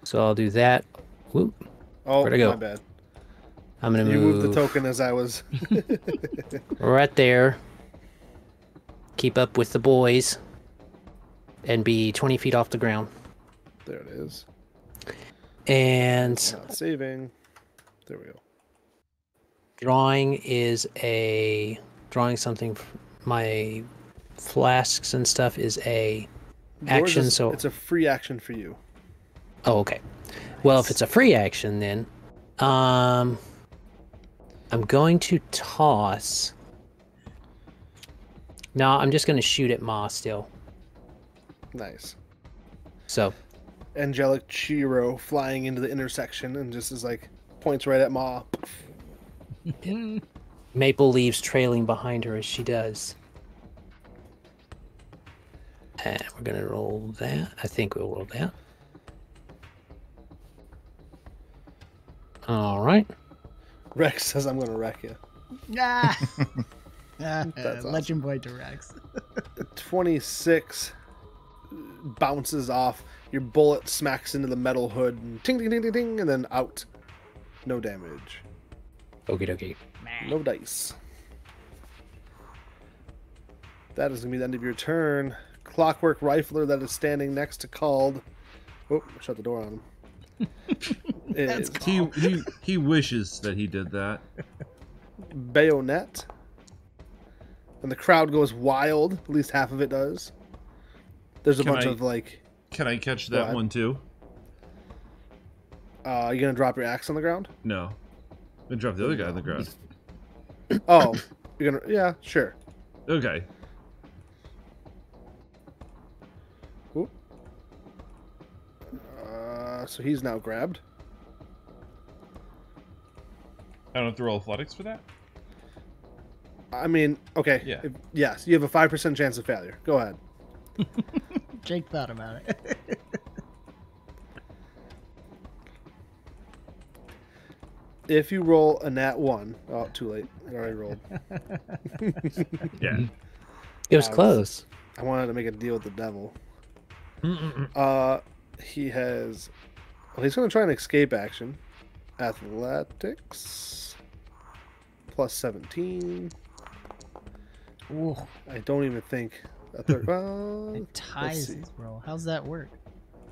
So I'll do that. Whoop. oh, where'd I go? my bad. I'm gonna You move moved the token as I was. right there. Keep up with the boys, and be twenty feet off the ground. There it is. And Not saving. There we go. drawing is a drawing something. f- My flasks and stuff is a Yours action. is- so it's a free action for you. Oh, okay. Well, if it's a free action, then um, I'm going to toss. No, I'm just going to shoot at Ma still. Nice. So Angelic Chiro flying into the intersection and just is like points right at Ma. Maple leaves trailing behind her as she does. And we're going to roll that. I think we'll roll that. All right. Rex says, "I'm gonna wreck you." Ah. Ah, awesome. Legend Boy directs. Twenty six bounces off. Your bullet smacks into the metal hood and ting ting ting ting ting, and then out. No damage. Okie dokie. No dice. That is gonna be the end of your turn. Clockwork rifler that is standing next to called. Oh, shut the door on him. It That's is He, he he wishes that he did that. bayonet. And the crowd goes wild. At least half of it does. There's a Can bunch I- of like, Can I catch that What? one too? uh, you gonna drop your axe on the ground? No. Then drop the other guy on the ground. Oh, you're gonna? Yeah, sure. Okay. Uh, so he's now grabbed. I don't have to roll athletics for that? I mean, okay. Yeah. if- yes, you have a five percent chance of failure. Go ahead. Jake thought about it. If you roll a nat one, oh, too late. I already rolled. Yeah. It was Wow. close. I wanted to make a deal with the devil. Uh, he has. Well, he's going to try an escape action. Athletics. Plus 17. Ooh, I don't even think. A third, well, it ties see. his roll. How's that work?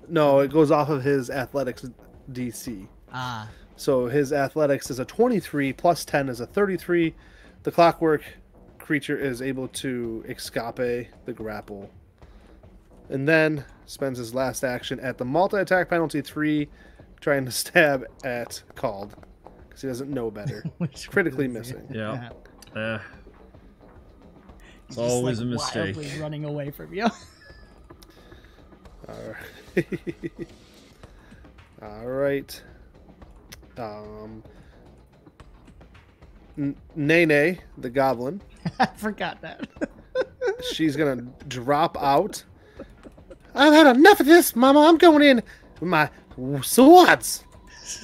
no, it goes off of his athletics DC. Ah, So his athletics is a 23, plus 10 is a 33. The clockwork creature is able to escape the grapple. And then spends his last action at the multi attack penalty 3, trying to stab at called. Because he doesn't know better. which one Critically is it? missing. Yeah. Uh, He's just, Always like, a mistake. Wildly running away from you. Alright. Alright. Um. N- Nene, the goblin. I forgot that. she's gonna drop out. I've had enough of this, Mama. I'm going in with my swords.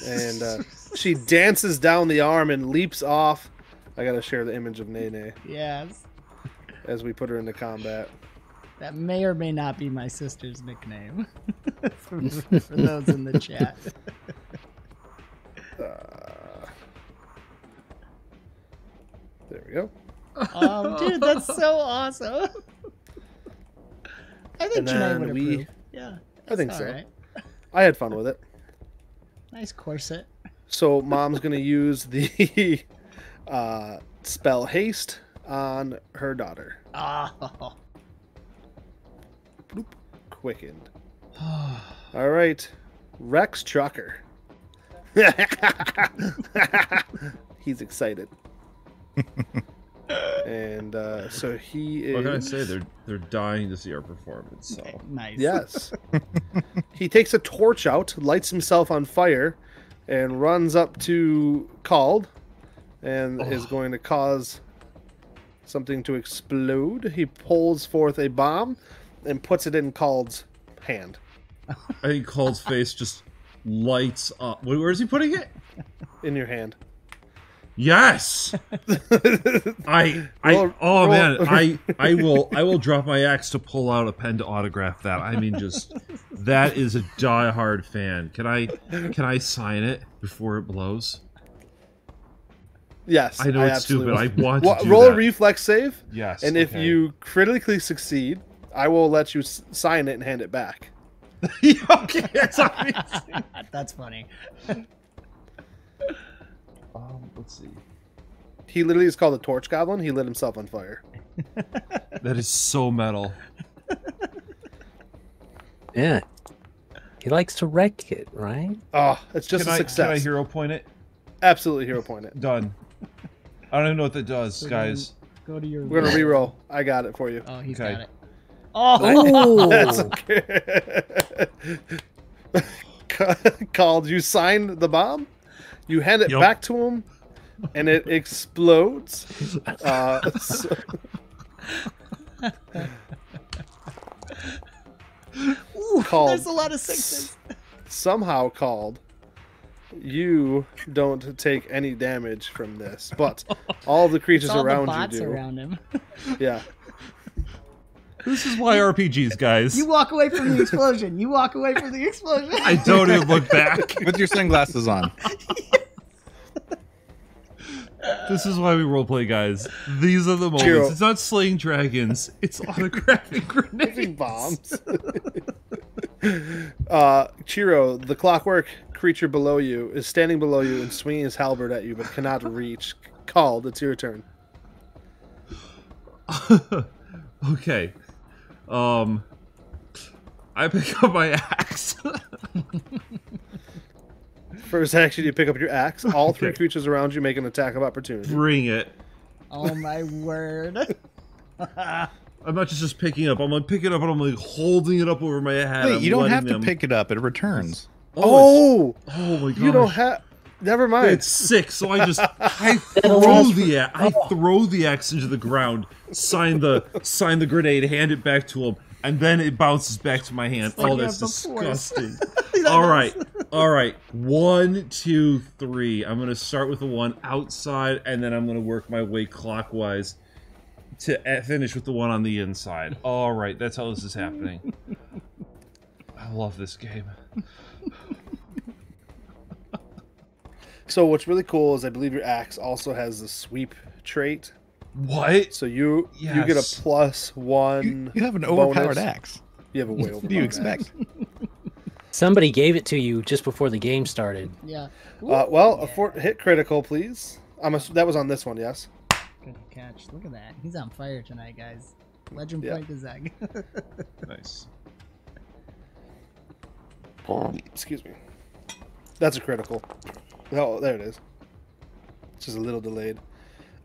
And uh, she dances down the arm and leaps off. I gotta share the image of Nene yes, as we put her into combat. that may or may not be my sister's nickname. for, for those in the chat, Uh, There we go. um, dude, that's so awesome. I think And Janae then would we- approve. Yeah, I think all so. right. I had fun with it. Nice corset. So mom's gonna use the uh, spell haste on her daughter. Oh. Quickened. All right, Rex Trucker. He's excited. and uh, so he is. what can I say? They're they're dying to see our performance. So Nice. Yes. he takes a torch out, lights himself on fire, and runs up to Called, and is going to cause something to explode. He pulls forth a bomb and puts it in Called's hand. I think Cold's face just lights up. Wait, where is he putting it? In your hand. Yes. I I Roll- oh roll- man I I will I will drop my axe to pull out a pen to autograph that. I mean just that is a diehard fan. Can I can I sign it before it blows? Yes. I know it's absolutely stupid. will. I want Wa- to do roll that. a reflex save, yes. and if okay. you critically succeed, I will let you s- sign it and hand it back. okay, that's obvious. That's funny. Um, let's see. He literally is called the Torch Goblin. He lit himself on fire. That is so metal. Yeah. He likes to wreck it, right? Oh, it's just can a I success. can I hero point it? Absolutely hero point it. Done. I don't even know what that does, So guys. Go to your. We're gonna re-roll. I got it for you. Oh, he's Okay. got it. Oh, Oh, That's okay. Called. You sign the bomb. You hand it Yup. back to him, and it explodes. Uh, so- Ooh, Called. there's a lot of sixes. somehow called you don't take any damage from this but all the creatures All the around bots you do around him. yeah This is why RPGs, guys. You walk away from the explosion. You walk away from the explosion. I don't even look back. With your sunglasses on. This is why we roleplay, guys. These are the moments. Jiro. It's not slaying dragons. It's autographic grenades. Using bombs uh chiro the clockwork creature below you is standing below you and swinging his halberd at you but cannot reach called it's your turn okay. Um, I pick up my axe. First action, you pick up your axe. All three creatures around you make an attack of opportunity. Bring it. Oh my word. I'm not just, just picking up. I'm like picking up and I'm like holding it up over my head. Wait, I'm you don't letting have to them- pick it up. It returns. Oh, Oh, it's- oh my god! you don't have. Never mind. It's six, so I just I throw the a- I Oh. throw the axe into the ground, sign the sign the grenade, hand it back to him, and then it bounces back to my hand. like oh, you that's have the force. disgusting. all right, all right. One, two, three. I'm gonna start with the one outside, and then I'm gonna work my way clockwise to eh, finish with the one on the inside. All right, that's how this is happening. I love this game. So what's really cool is I believe your axe also has the sweep trait. What? So you you get Yes. a plus one. You, you have an overpowered bonus. axe. You have a way over. What do you expect? Somebody gave it to you just before the game started. yeah. Uh, well, a four, hit critical, please. I'm ass- that was on this one, yes. Good catch. Look at that. He's on fire tonight, guys. Legend Yeah. point to Zeg. Nice. Excuse me. That's a critical. Oh, there it is. It's just a little delayed.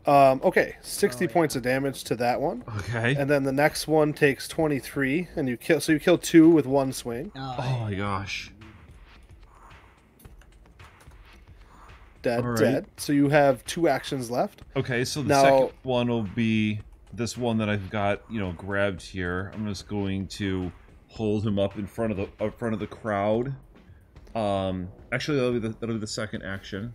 Um, okay, 60 Oh, yeah. points of damage to that one, Okay. and then the next one takes 23, and you kill. So you kill two with one swing. Oh oh, my gosh. Dead, All right. dead. So you have two actions left. Okay, so the Now- second one will be this one that I've got, you know, grabbed here. I'm just going to hold him up in front of the in front of the crowd. Um, actually, that'll be the, that'll be the second action.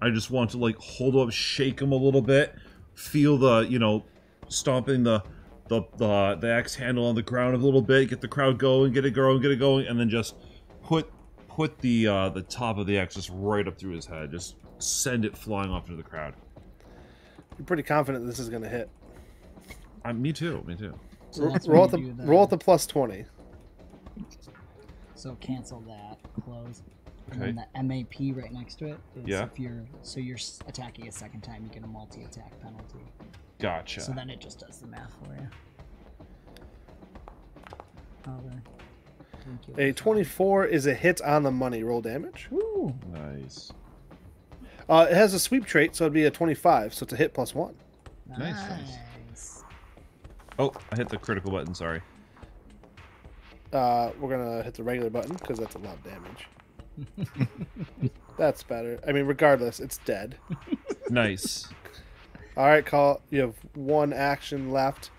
I just want to like hold up, shake him a little bit, feel the you know, stomping the the the, the axe handle on the ground a little bit, get the crowd going, get it going, get it going, and then just put put the uh, the top of the axe just right up through his head, just send it flying off into the crowd. You're pretty confident this is going to hit. Uh, me too. Me too. so that's roll, what at the, you do then. roll at the plus 20. So cancel that. Close. And Okay. then the MAP right next to it. Is Yeah. If you're so you're s- attacking a second time, you get a multi-attack penalty. Gotcha. So then it just does the math for you. Other. Thank you. A 24 is a hit on the money. Roll damage. Woo. nice. Uh, it has a sweep trait, so it'd be a 25, so it's a hit plus one. Nice, nice. nice. Oh, I hit the critical button. Sorry. Uh, we're gonna hit the regular button because that's a lot of damage. that's better. I mean, regardless, it's dead. Nice. All right, call. You have one action left.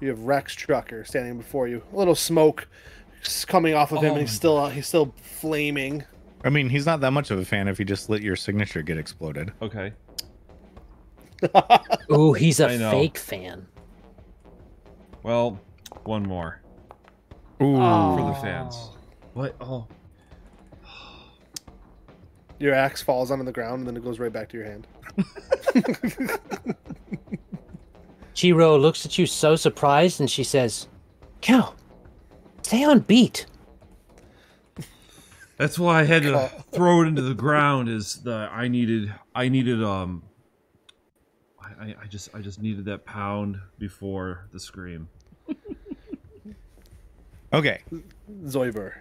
You have Rex Trucker standing before you. A little smoke s- coming off of him, and he's still he's still flaming. I mean, he's not that much of a fan if you just let your signature get exploded. Okay. Ooh, he's a I know. fake fan. Well, one more Ooh. for the fans. What? Oh, Your axe falls onto the ground, and then it goes right back to your hand. Chiro looks at you so surprised and she says, Cal, stay on beat. that's why I had to throw it into the ground. Is the I needed? I needed. Um. I, I- I just I just needed that pound before the scream. Okay. Zoiber.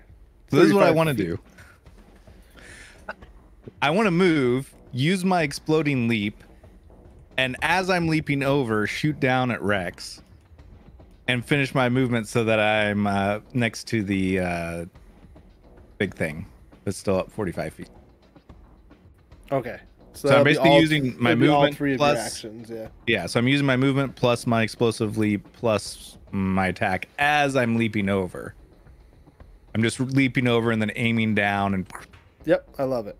So this is what I 35 want to do. I want to move, use my exploding leap, and as I'm leaping over, shoot down at Rex, and finish my movement so that I'm uh, next to the uh, big thing that's still up 45 feet. Okay. So I'm that'll be basically all- using my it'll be all movement three of your plus- actions. Yeah. Yeah, so I'm using my movement plus my explosive leap plus my attack as I'm leaping over. I'm just leaping over and then aiming down and Yep, I love it.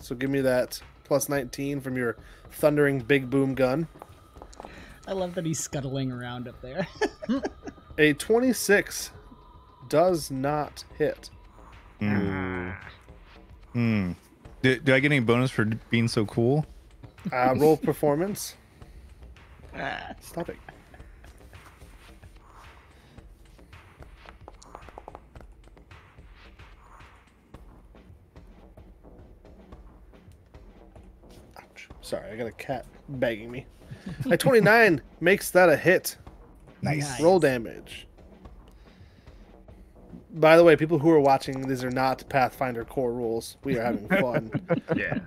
So give me that plus 19 from your thundering big boom gun. I love that he's scuttling around up there. A 26 does not hit. Hmm. Do, do I get any bonus for being so cool? Uh, roll performance. Stop it. Ouch. Sorry, I got a cat begging me. A 29 makes that a hit. Nice. Nice. Roll damage. by the way, people who are watching, these are not Pathfinder core rules. We are having fun. Yeah.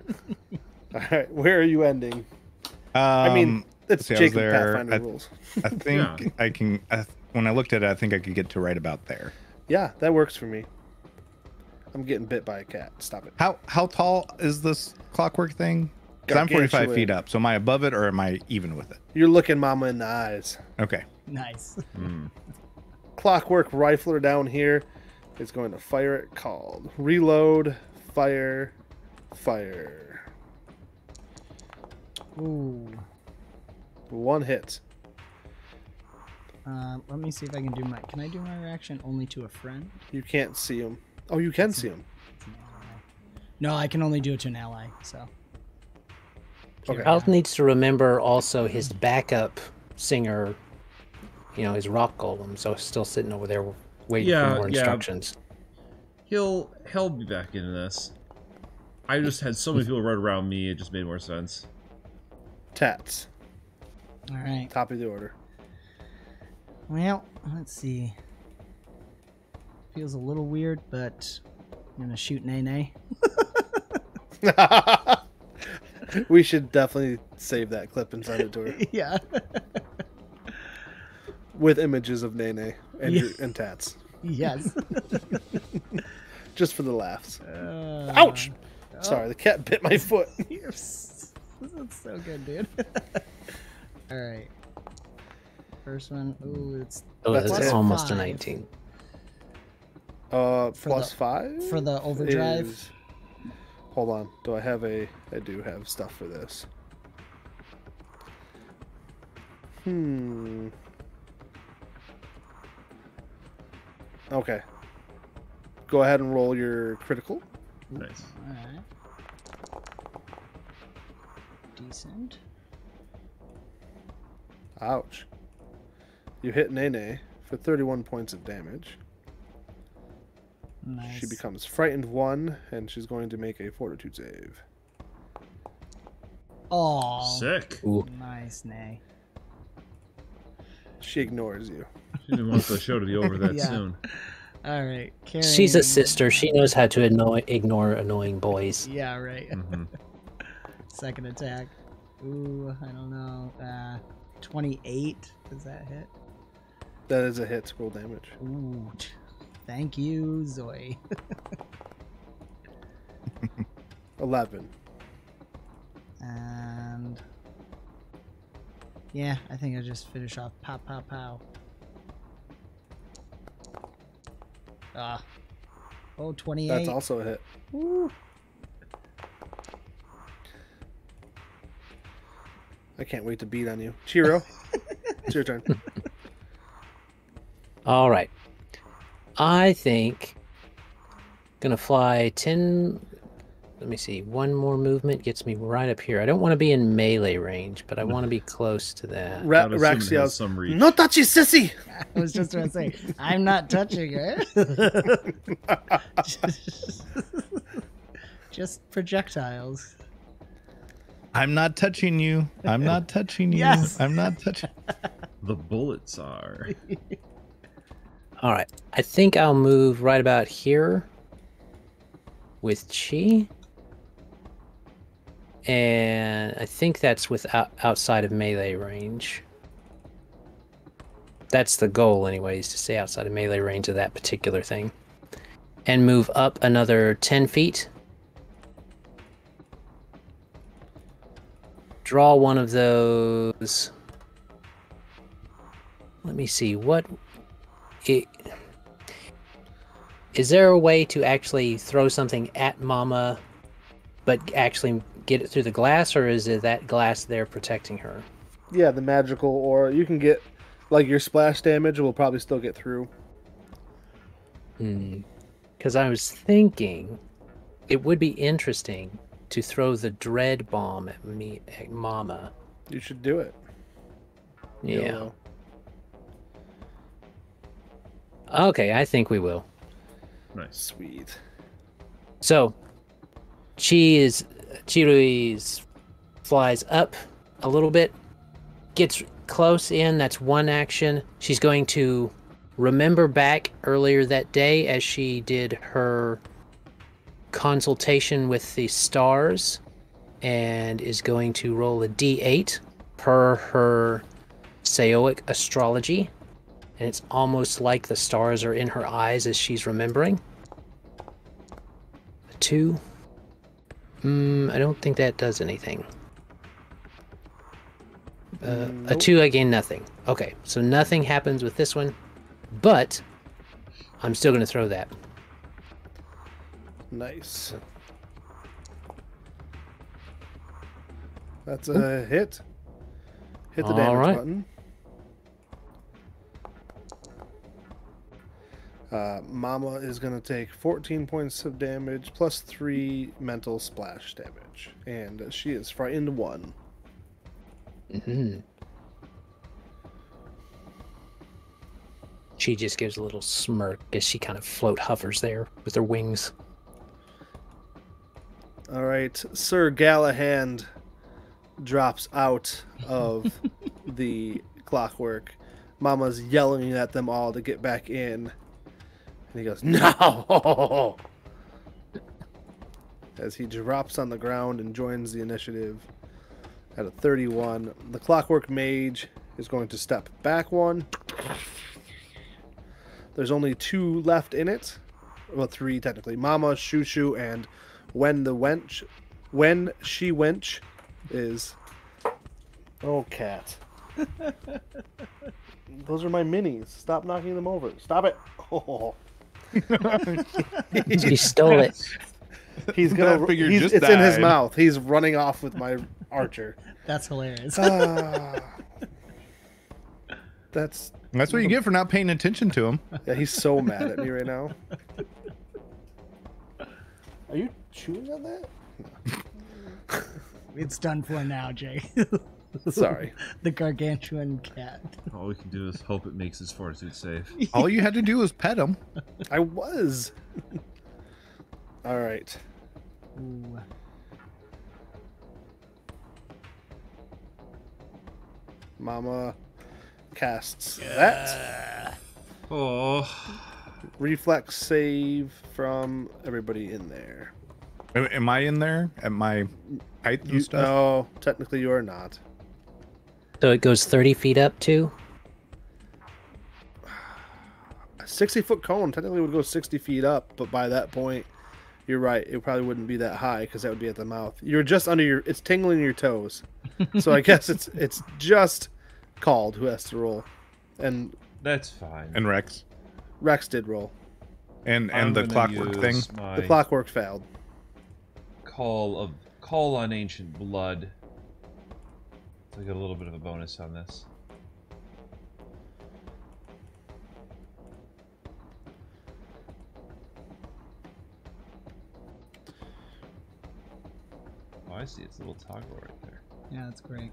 All right, where are you ending? I mean, it's see, I was Jacob there Pathfinder at- rules. Um, I think I can. I, th- when I looked at it, I think I could get to right about there. Yeah, that works for me. I'm getting bit by a cat. Stop it. How how tall is this clockwork thing? 'Cause I'm 45 feet Gargantuan. up. So am I above it or am I even with it? You're looking mama in the eyes. Okay. Nice. Mm. Clockwork rifler down here is going to fire it called. Reload, fire, fire. Ooh. One hit. Uh, let me see if I can do my. Can I do my reaction only to a friend? You can't see him. Oh, you can see him. No, I can only do it to an ally. So Okay. Ralph needs to remember also his backup singer, you know, his rock golem. So he's still sitting over there waiting Yeah, for more yeah. instructions. He'll he'll be back into this. I just had so many people right around me. It just made more sense. Tats. all right. Top of the order. Well, let's see. Feels a little weird, but I'm gonna shoot Nene. we should definitely save that clip and send it to her yeah. with images of Nene and, and Tats, yes. just for the laughs. Uh, Ouch! Sorry, the cat bit my foot. You're s- That's so good, dude. All right. First one. Ooh, it's Oh, That's that's it. almost a Five. 19. Uh, For plus the- five for the overdrive. is- Hold on. Do I have a? I do have stuff for this. Hmm. Okay. Go ahead and roll your critical. Nice. All right. Decent. Ouch. You hit Nene for 31 points of damage. Nice. She becomes frightened one, and she's going to make a fortitude save. Aw. Sick. Nice, Nay. She ignores you. She didn't want the show to be over that Yeah. soon. All right. Carrying... She's a sister. She knows how to annoy, ignore annoying boys. Yeah, right. hmm Second attack. Ooh, I don't know. Uh, 28. Does that hit? That is a hit. Roll damage. Ooh. t- Thank you, Zoe. 11. And. Yeah, I think I'll just finish off. Pow, pow, pow. Ah. Oh, 28. That's also a hit. Ooh. I can't wait to beat on you. Chiro, it's your turn. All right. I think gonna fly 10 let me see one more movement gets me right up here i don't want to be in melee range but i want to be close to that Ra- I'd assume Rax it has yells, some reach. No touchy, sissy! I was just about to say, I'm not touching her. just projectiles. I'm not touching you. I'm not touching you. Yes. I'm not touching. The bullets are. all right i think i'll move right about here with chi and i think that's without outside of melee range that's the goal anyways to stay outside of melee range of that particular thing and move up another 10 feet draw one of those let me see what it is there a way to actually throw something at mama but actually get it through the glass or is it that glass there protecting her Yeah, the magical aura. You can get, like, your splash damage will probably still get through. Because I was thinking it would be interesting to throw the dread bomb at me, at Mama. You should do it. Yeah. YOLO. Okay, I think we will. Nice. Sweet. So, Chi is Chirui's flies up a little bit, gets close in. That's one action. She's going to remember back earlier that day as she did her consultation with the stars and is going to roll a d8 per her Saoic astrology. And it's almost like the stars are in her eyes as she's remembering. A two. Mm, I don't think that does anything. Uh, A two, I gain nothing. Okay, so nothing happens with this one, but I'm still going to throw that. Nice. That's a hit. Hit the All damage right. button. Uh, Mama is going to take 14 points of damage plus 3 mental splash damage. And she is frightened 1. Mm-hmm. She just gives a little smirk as she kind of float hovers there with her wings. All right, Sir Galahand drops out of the clockwork. Mama's yelling at them all to get back in, and he goes, "No!" As he drops on the ground and joins the initiative at a 31. The clockwork mage is going to step back one. There's only two left in it. Well, three technically. Mama, Shushu, and when the wench when she wench is oh cat those are my minis stop knocking them over stop it oh She stole it. he's That gonna figure he's, just it's in his died. mouth he's running off with my archer That's hilarious. Ah. that's That's what you get for not paying attention to him. yeah he's so mad at me right now are you chewing on that it's done for now, Jay. sorry the gargantuan cat. All we can do is hope it makes his fortitude safe. All you had to do was pet him. i was all right Ooh. Mama casts that. Oh, Reflex save from everybody in there. Am- Am I in there at my height and You, uh, stuff? no, technically you are not. So it goes 30 feet up too. A 60 foot cone technically would go 60 feet up, but by that point, you're right. It probably wouldn't be that high because that would be at the mouth. You're just under your. It's tingling your toes, so I guess it's it's just called who has to roll, and that's fine. And Rex Rex did roll. and and I'm the gonna clockwork use thing. My The clockwork failed. call of call on ancient blood. So I get a little bit of a bonus on this. Oh, I see. It's a little toggle right there. Yeah, that's great.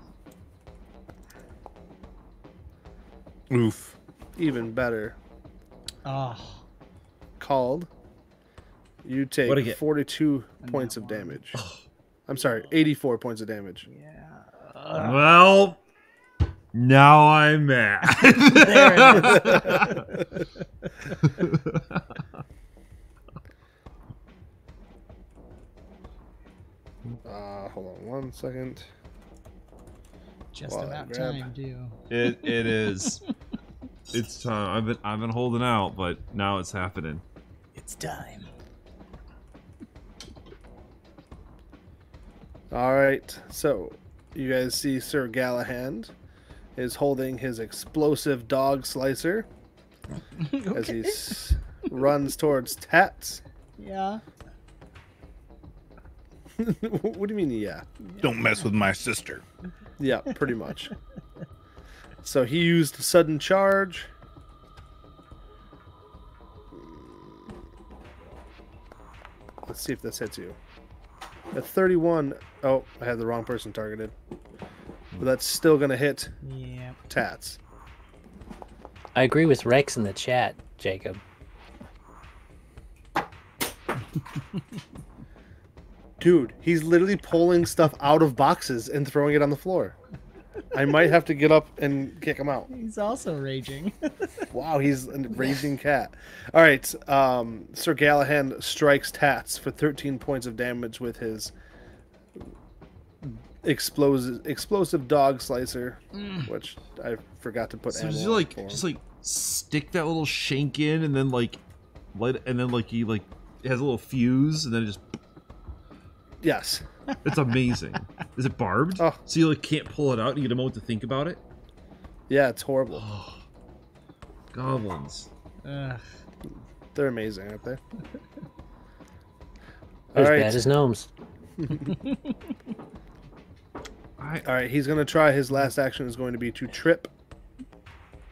Oof. Even better, Oh, called. You What'd I take get? Oh. 42 And points that of one. damage. I'm sorry, 84 points of damage. yeah. Well, now I'm mad. There it is. Uh, hold on one second. Just Well, about grab. time, too. It it is. It's time. I've been I've been holding out, but now it's happening. It's time. All right, so you guys see Sir Galahand is holding his explosive dog slicer as he s- runs towards Tats. Yeah. what do you mean, yeah? Don't mess with my sister. Yeah, pretty much. so he used sudden charge. Let's see if this hits you. At 31, oh, I had the wrong person targeted. But that's still going to hit Yeah. Tats. I agree with Rex in the chat, Jacob. Dude, he's literally pulling stuff out of boxes and throwing it on the floor. I might have to get up and kick him out. He's also raging. Wow, he's a raging cat. All right, um, Sir Galahad strikes Tats for 13 points of damage with his explosive explosive dog slicer, which I forgot to put. Mm. So does ammo he on like for him. just like stick that little shank in and then like light and then like he like it has a little fuse and then it just yes, it's amazing. Is it barbed? Oh. So you like can't pull it out and you get a moment to think about it? yeah, it's horrible. Goblins. Ugh. They're amazing, aren't they? All as right, bad as gnomes. I all right. He's gonna try. His last action is going to be to trip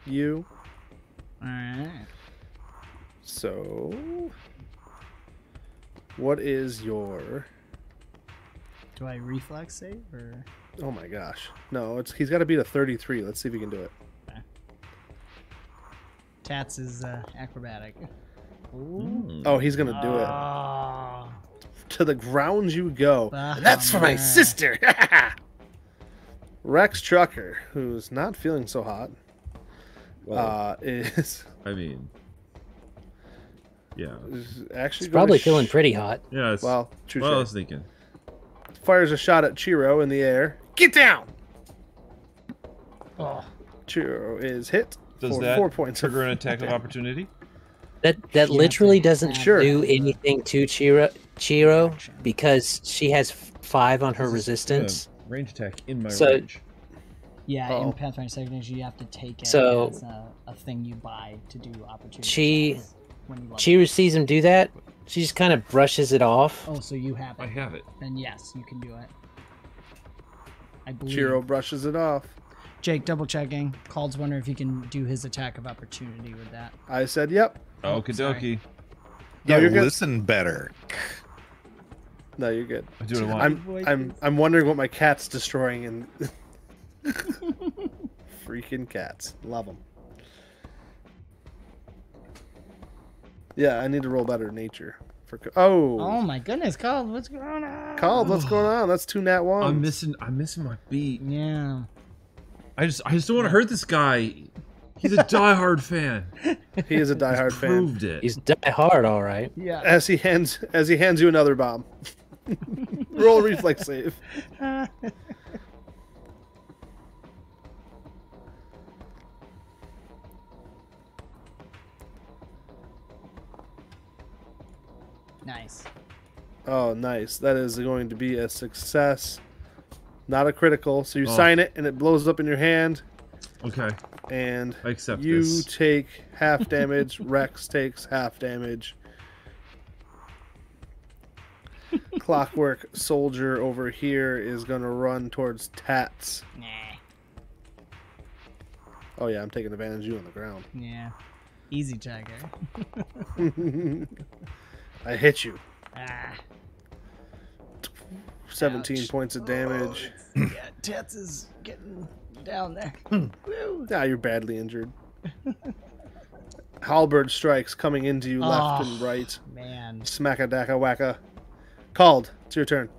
you. All right. So, what is your? Do I reflex save or? Oh my gosh! No, it's he's got to beat a 33. Let's see if he can do it. Tats is uh, acrobatic. Hmm. Oh, he's gonna do it. Oh, to the ground you go. Bah, That's for my man. sister. Rex Trucker, who's not feeling so hot, uh, is, I mean Yeah. is actually It's gonna probably sh- feeling pretty hot. Yeah, it's Well, true. well, I shade. was thinking. Fires a shot at Chiro in the air. Get down. Chiro is hit Does for that four points. of- trigger an attack of opportunity? That that literally doesn't Sure. do anything to Chiro, Chiro Action. because she has f- five on her resistance. Yeah, range attack in my So- range. Yeah, Uh-oh. in Pathfinder Second Edition, you have to take it. So- as a, a thing you buy to do opportunity. She- attacks when you level up. Chiro sees him do that. She just kind of brushes it off. Oh, so you have I it? have it. Then yes, you can do it. I believe. Chiro brushes it off. Jake, double checking. Cald's wondering if you can do his attack of opportunity with that. I said, "Yep." Okie dokie. No, Yeah, you're good. listen better. No, you're good. I do what I want. I'm voices. I'm I'm wondering what my cat's destroying and freaking cats. Love them. Yeah, I need to roll better nature for co- Oh, Oh my goodness, Cald, what's going on? Cobb, what's going on? That's two nat ones. I'm missing I'm missing my beat. Yeah. I just I just don't want to hurt this guy. He's a diehard fan. he is a diehard fan. Proved it. He's die hard, all right. Yeah. As he hands as he hands you another bomb. roll a reflex save. nice. Oh, nice. That is going to be a success. Not a critical. So you Oh. sign it and it blows up in your hand Okay, and I accept you this. take half damage. Rex takes half damage. Clockwork soldier over here is gonna run towards Tats. Nah. Oh yeah, I'm taking advantage of you on the ground. Yeah. Easy checker. I hit you. Ah. 17 Ouch. points of damage. Oh, yeah, Tats is getting down there. Hmm. Woo. Now Ah, you're badly injured. Halberd strikes coming into you left Ah. and right. Man. Smacka dacka wacka. Called. It's your turn.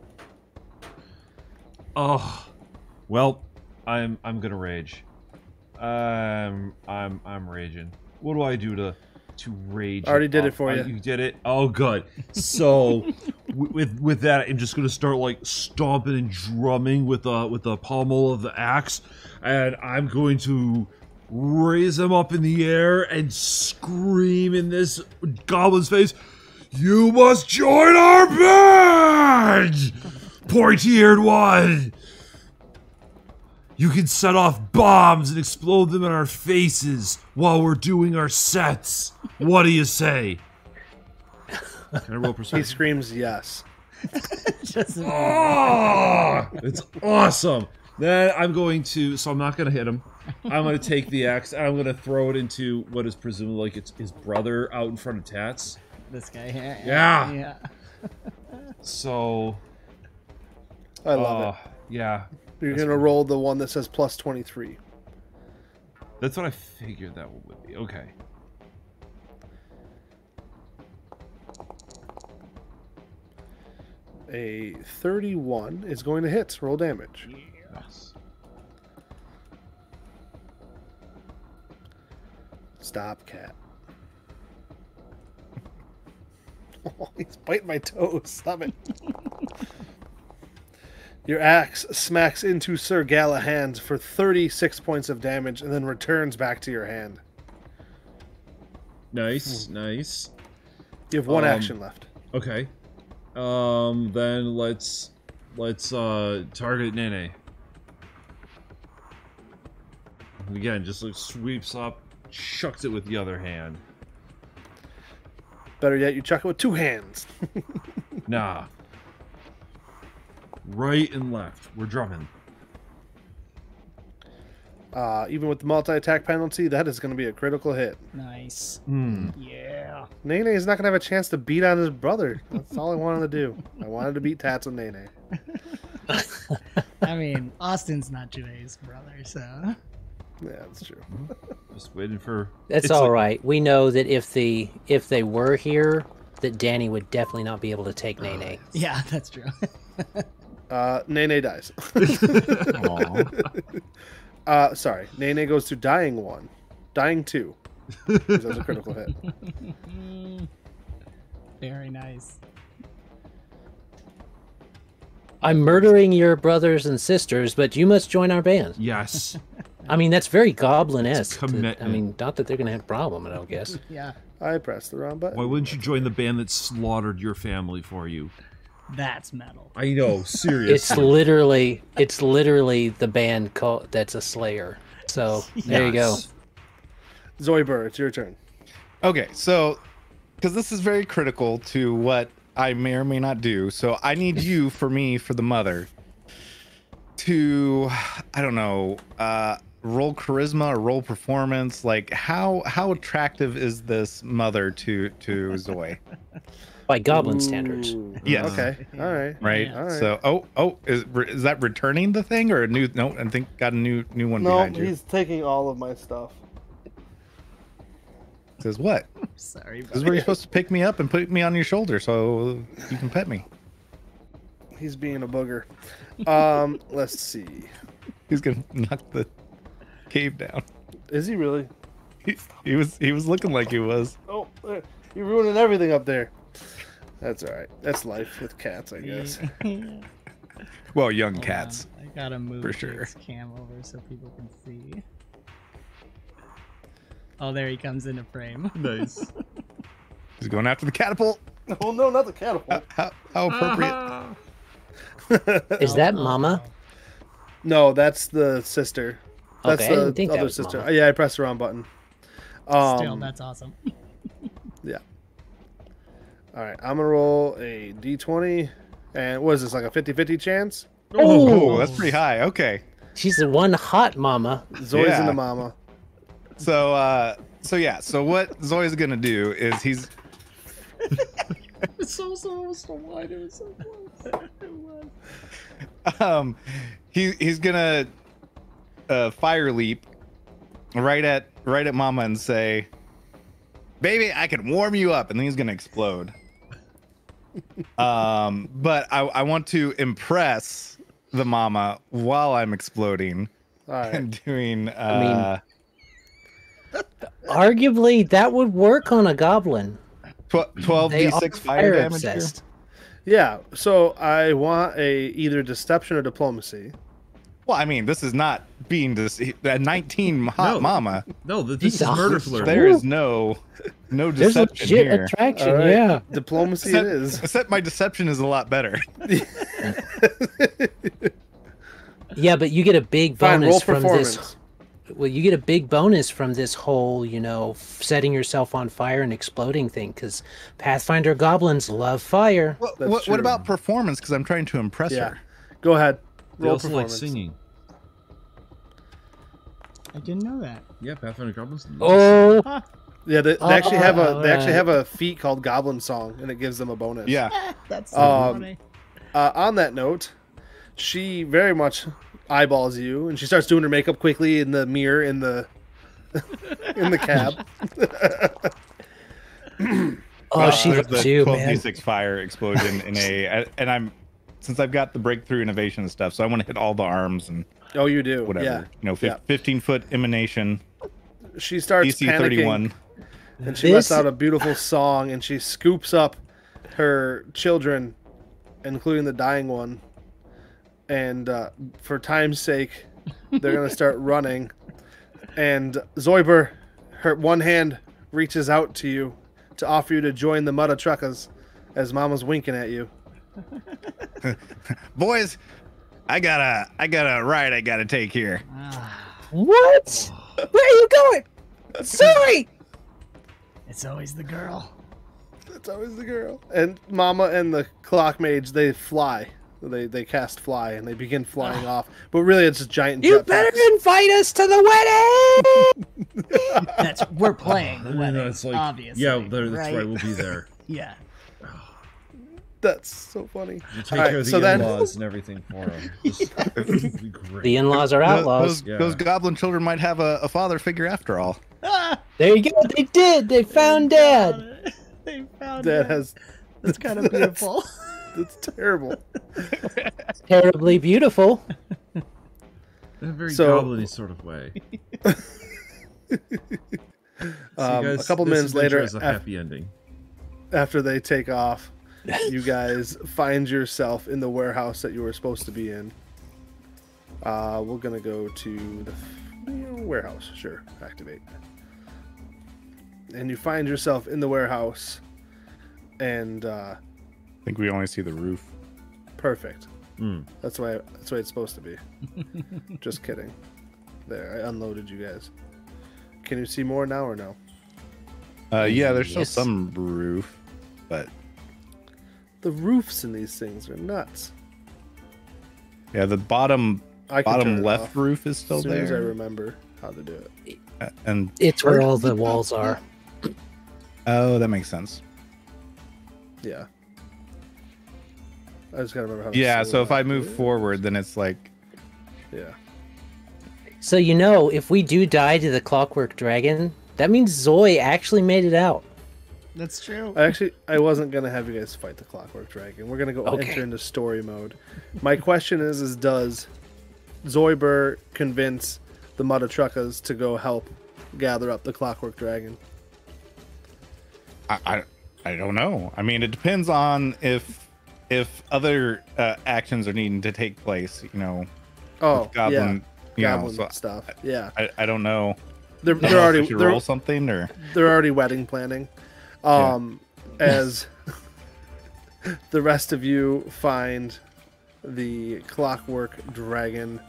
Oh, well, I'm I'm gonna rage. Um, I'm I'm raging. What do I do to to rage? I already did up? it for Oh, you. You did it. Oh, good. So wi- with with that, I'm just gonna start like stomping and drumming with uh with the pommel of the axe, and I'm going to raise him up in the air and scream in this goblin's face. You must join our band, pointy-eared one. You can set off bombs and explode them in our faces while we're doing our sets. What do you say? Can I roll He persuasion? screams yes. Just Ah, it's awesome. Then I'm going to, so I'm not going to hit him. I'm going to take the axe and I'm going to throw it into what is presumably like it's his brother out in front of Tats. this guy here. Yeah. Yeah. So, I Oh. love uh, yeah, it. You're going to roll the one that says plus 23. that's what I figured that one would be. Okay. A 31 is going to hit. Roll damage. Yes. Stop, cat. Oh, He's biting my toes. Stop it. Your axe smacks into Sir Galahand for 36 points of damage and then returns back to your hand. Nice, nice. You have one Um, action left. Okay. Um then let's let's uh target Nene. Again, just like sweeps up, chucks it with the other hand. Better yet, you chuck it with two hands. Nah. Right and left. We're drumming. Uh, even with the multi attack penalty, that is going to be a critical hit. Nice. Hmm. Yeah. Nene is not going to have a chance to beat on his brother. That's all I wanted to do. I wanted to beat Tats and Nene. I mean, Austin's not Janae's brother, so. Yeah, that's true. Just waiting for That's It's all right. like- We know that if the if they were here, that Danny would definitely not be able to take Nene. Yeah, that's true. Uh, Nene dies. Aw. Uh, sorry. Nene goes to dying one, dying two. 'cause That's a critical hit. Mm. Very nice. I'm murdering your brothers and sisters, but you must join our band. Yes. I mean, that's very goblin esque. I commitment. mean, not that they're gonna have a problem, I don't guess. Yeah, I pressed the wrong button. Why wouldn't you join the band that slaughtered your family for you? that's metal. I know, seriously. it's literally it's literally the band called that's a Slayer. So there you go. Yes. Zoidberg, it's your turn. Okay, so because this is very critical to what I may or may not do, so I need you for me for the mother to I don't know uh, roll charisma or roll performance. Like how how attractive is this mother to to Zoe? By goblin standards. Ooh. Uh, Yes. Okay. All right. Right. Yeah. Alright. So oh oh is is that returning the thing or a new? No, I think got a new new one behind you. taking all of my stuff. Says what? Sorry, This is but where you're supposed to pick me up and put me on your shoulder so you can pet me. He's being a booger. Um, let's see. He's gonna knock the cave down. Is he really? He, he was he was looking like he was. Oh, there. you're ruining everything up there. That's all right. That's life with cats, I guess. Well, Oh, young cats. I gotta move For for sure. cam over so people can see. Oh, there he comes into frame. Nice. He's going after the catapult. oh no, not the catapult. How, how appropriate. Is that Uh-huh. Oh, Mama? No, that's the sister. That's Okay, I the didn't think that other was sister. Mama. Yeah, I pressed the wrong button. Um, Still, that's awesome. all right, I'm gonna roll a d20, and what is this like a 50-50 chance? Oh, that's pretty high. Okay. She's the one hot Mama. Zoe's in Yeah. the mama. So uh so yeah, so what Zoe's gonna do is he's It's so so so wide. It was so close. It was. um he he's gonna uh fire leap right at right at mama and say baby i can warm you up and then he's gonna explode um but i i want to impress the mama while i'm exploding All right. and doing mean- uh Arguably, that would work on a goblin. tw- 12 They are d6 fire damage here. obsessed. Yeah. So I want a either deception or diplomacy. well i mean this is not being this a 19 hot No. mama No, th- this is Jesus. murder flirt. there is no no There's deception legit here attraction, All right. yeah. Diplomacy it is. Except my deception is a lot better. Yeah, but you get a big Fine. Roll bonus from performance. this. Well, you get a big bonus from this whole, you know, f- setting yourself on fire and exploding thing, because Pathfinder goblins love fire. What, That's what, true. what about performance? Because I'm trying to impress Yeah. her. Go ahead. They Roll also like performance. singing. I didn't know that. Yeah, Pathfinder Goblins. Oh, Yeah, they, they actually have a they actually Alright. have a feat called Goblin Song, and it gives them a bonus. Yeah. That's so Um, funny. Uh, on that note, she very much eyeballs you, and she starts doing her makeup quickly in the mirror in the in the cab. oh, she there's loves the you, 12 man. D6 fire explosion in a, and I'm since I've got the breakthrough innovation and stuff, so I want to hit all the arms and Oh, you do. whatever. Yeah. You know, fif- Yeah. 15 foot emanation. E she starts DC panicking 31. and she This- lets out a beautiful song and she scoops up her children including the dying one and uh, for time's sake they're going to start running and zoiber her one hand reaches out to you to offer you to join the mudda truckers as mama's winking at you Boys, I got to I got a ride I got to take here. Ah, What? Where are you going? Sorry. it's always the girl. It's always the girl. And Mama and the clock mage, they fly. They they cast fly and they begin flying off. But really, it's just giant. You jetpacks. better invite us to the wedding. That's we're playing. I mean, wedding, that's like, obviously. yeah, there, that's right. right. We'll be there. Yeah. That's so funny. We'll take Alright, care of the so then- in-laws and everything for them. be great. The in-laws are Those- outlaws. Those, Yeah. those goblin children might have a, a father figure after all. Ah, There you go. They did. They found Dad. They found That it. has That's kind of beautiful. that's terrible. Terribly beautiful. In a very So- goblin sort of way. So you Um, a guys, couple this minutes adventure later, has a af- happy ending. after they take off, you guys find yourself in the warehouse that you were supposed to be in. Uh, we're gonna go to the f- warehouse. Sure, activate. And you find yourself in the warehouse, and uh, I think we only see the roof. Perfect. Hmm. That's why that's why it's supposed to be. Just kidding. There, I unloaded you guys. Can you see more now or no? Uh, yeah, there's still Yes. some roof, but The roofs in these things are nuts. yeah, the bottom I can turn bottom it left off roof is still as soon as I there. remember how to do it. Uh, and It's where all the walls are. oh, that makes sense. Yeah. I just gotta remember how. to Yeah, sort so if I out. move forward, then it's like yeah, So you know, if we do die to the Clockwork Dragon, that means Zoe actually made it out. That's true. I actually I wasn't gonna have you guys fight the Clockwork Dragon. We're gonna go Okay. enter into story mode. My question is: Is does Zoiber convince the Matatrukas to go help gather up the Clockwork Dragon? I, I I don't know. I mean, it depends on if if other uh, actions are needing to take place. You know, Oh, goblin. yeah, You goblin know, so stuff. Yeah, I, I don't know. they're, I don't they're know if I already should they're, roll something or they're already wedding planning. Yeah. Um, as the rest of you find the Clockwork Dragon.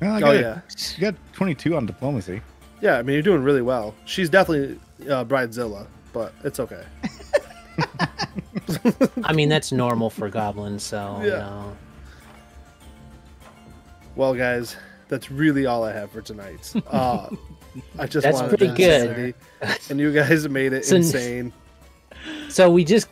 Well, I oh got a- yeah, you got 22 on diplomacy. yeah. I mean, you're doing really well. She's definitely uh, Bridezilla, but it's okay. I mean, that's normal for goblins, so you Yeah. know. Well, guys, that's really all I have for tonight. Uh, I just That's wanted pretty good. tenacity, and you guys made it So- insane. So we just,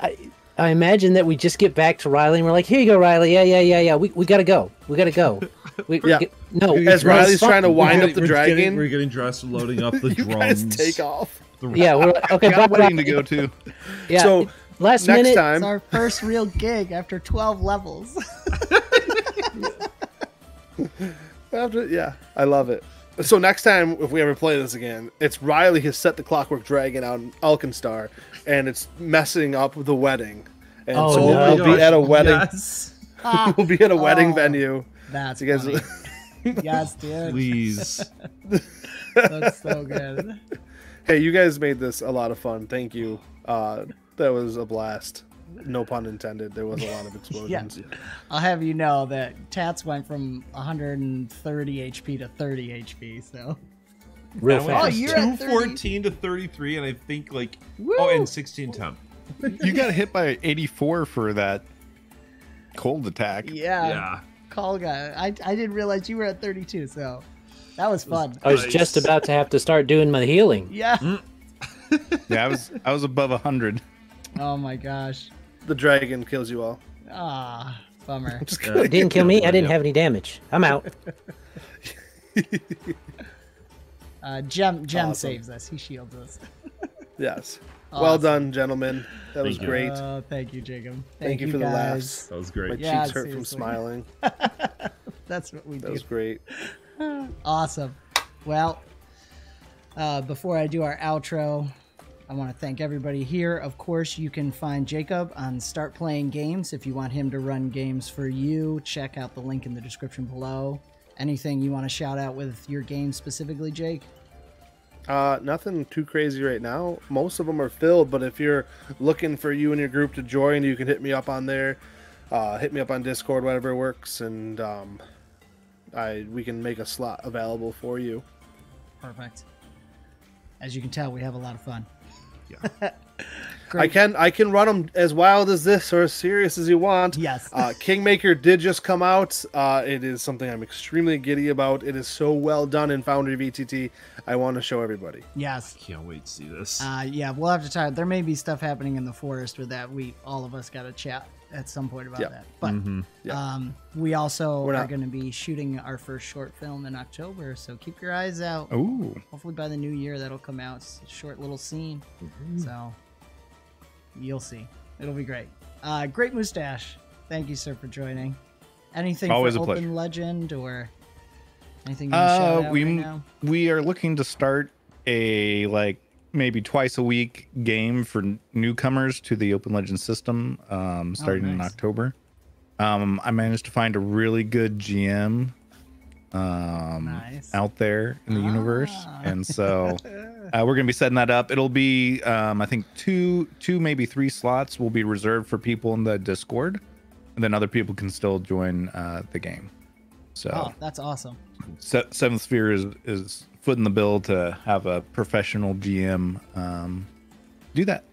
I, I imagine that we just get back to Riley and we're like, here you go, Riley. Yeah, yeah, yeah, yeah. We, we gotta go. We gotta go. We, we Yeah. get- no. As we're on Riley's song- trying to wind We're up the getting- we're dragon, getting dressed, loading up the you drums. guys take off. the- Yeah, we're like, okay. I got a bye, wedding to Riley. go to. Yeah. so last next minute. It's time, our first real gig after 12 levels. after, yeah, I love it. So next time, if we ever play this again, it's Riley has set the Clockwork Dragon on Elkinstar, and it's messing up the wedding. And Oh, so no. my we'll be gosh, at a wedding. Yes. Ah, We'll be at a wedding Oh. venue. that's You guys, funny. Yes, dude. Please. That's so good. hey, you guys made this a lot of fun. Thank you. Uh, that was a blast. No pun intended. There was a lot of explosions. I'll have you know that Tats went from 130 HP to 30 HP, so. Real I fast. went Oh, you're at 30. 214 to 33, and I think like Woo! oh, and 16 temp. You got hit by 84 for that cold attack. yeah, yeah. Call guy. I, I didn't realize you were at 32, so that was fun. I was just Nice. about to have to start doing my healing. Yeah. Yeah, I was I was above 100. Oh my gosh. The dragon kills you all. Ah, bummer. Yeah. It didn't kill me. I didn't have any damage. I'm out. Uh, Gem Gem Awesome. saves us. He shields us. Yes. Well done, gentlemen. That was Thank you. great. Oh, thank you, Jacob. Thank, Thank you for the guys. laughs. That was My great. Uh, Yeah, cheeks hurt from seriously. smiling. That's what we That do. was great. Awesome. Well, uh, before I do our outro, I want to thank everybody here. Of course, you can find Jacob on Start Playing Games if you want him to run games for you. Check out the link in the description below. Anything you want to shout out with your game specifically, Jake? Uh, nothing too crazy right now. Most of them are filled, but if you're looking for you and your group to join, you can hit me up on there. Uh, hit me up on Discord, whatever works, and um, I we can make a slot available for you. Perfect. As you can tell, we have a lot of fun. I can I can run them as wild as this or as serious as you want. Yes. Uh, Kingmaker did just come out. Uh, it is something I'm extremely giddy about. It is so well done in Foundry VTT. I want to show everybody. Yes. Can't wait to see this. Uh, yeah, we'll have to talk. There may be stuff happening in the forest with that. We all of us got to chat at some point about Yeah. that. But Mm-hmm. Mhm. Yeah. um, we also We're are not- going to be shooting our first short film in October, so keep your eyes out. Ooh, Hopefully by the new year that'll come out. It's a short little scene, Mm-hmm. so you'll see. It'll be great. Uh, great mustache. Thank you, sir, for joining. Anything Always for a Open pleasure. Legend or anything you want to shout Uh, out we- right now? we are looking to start a like maybe twice a week game for n- newcomers to the Open Legend system, um, starting Oh, in nice. October. Um, I managed to find a really good GM um, Nice. out there in the universe, Ah. and so uh, we're gonna be setting that up. It'll be, um, I think, two, two maybe three slots will be reserved for people in the Discord, and then other people can still join uh, the game. So Oh, that's awesome. Se- Seventh Sphere is is footing the bill to have a professional GM um, do that.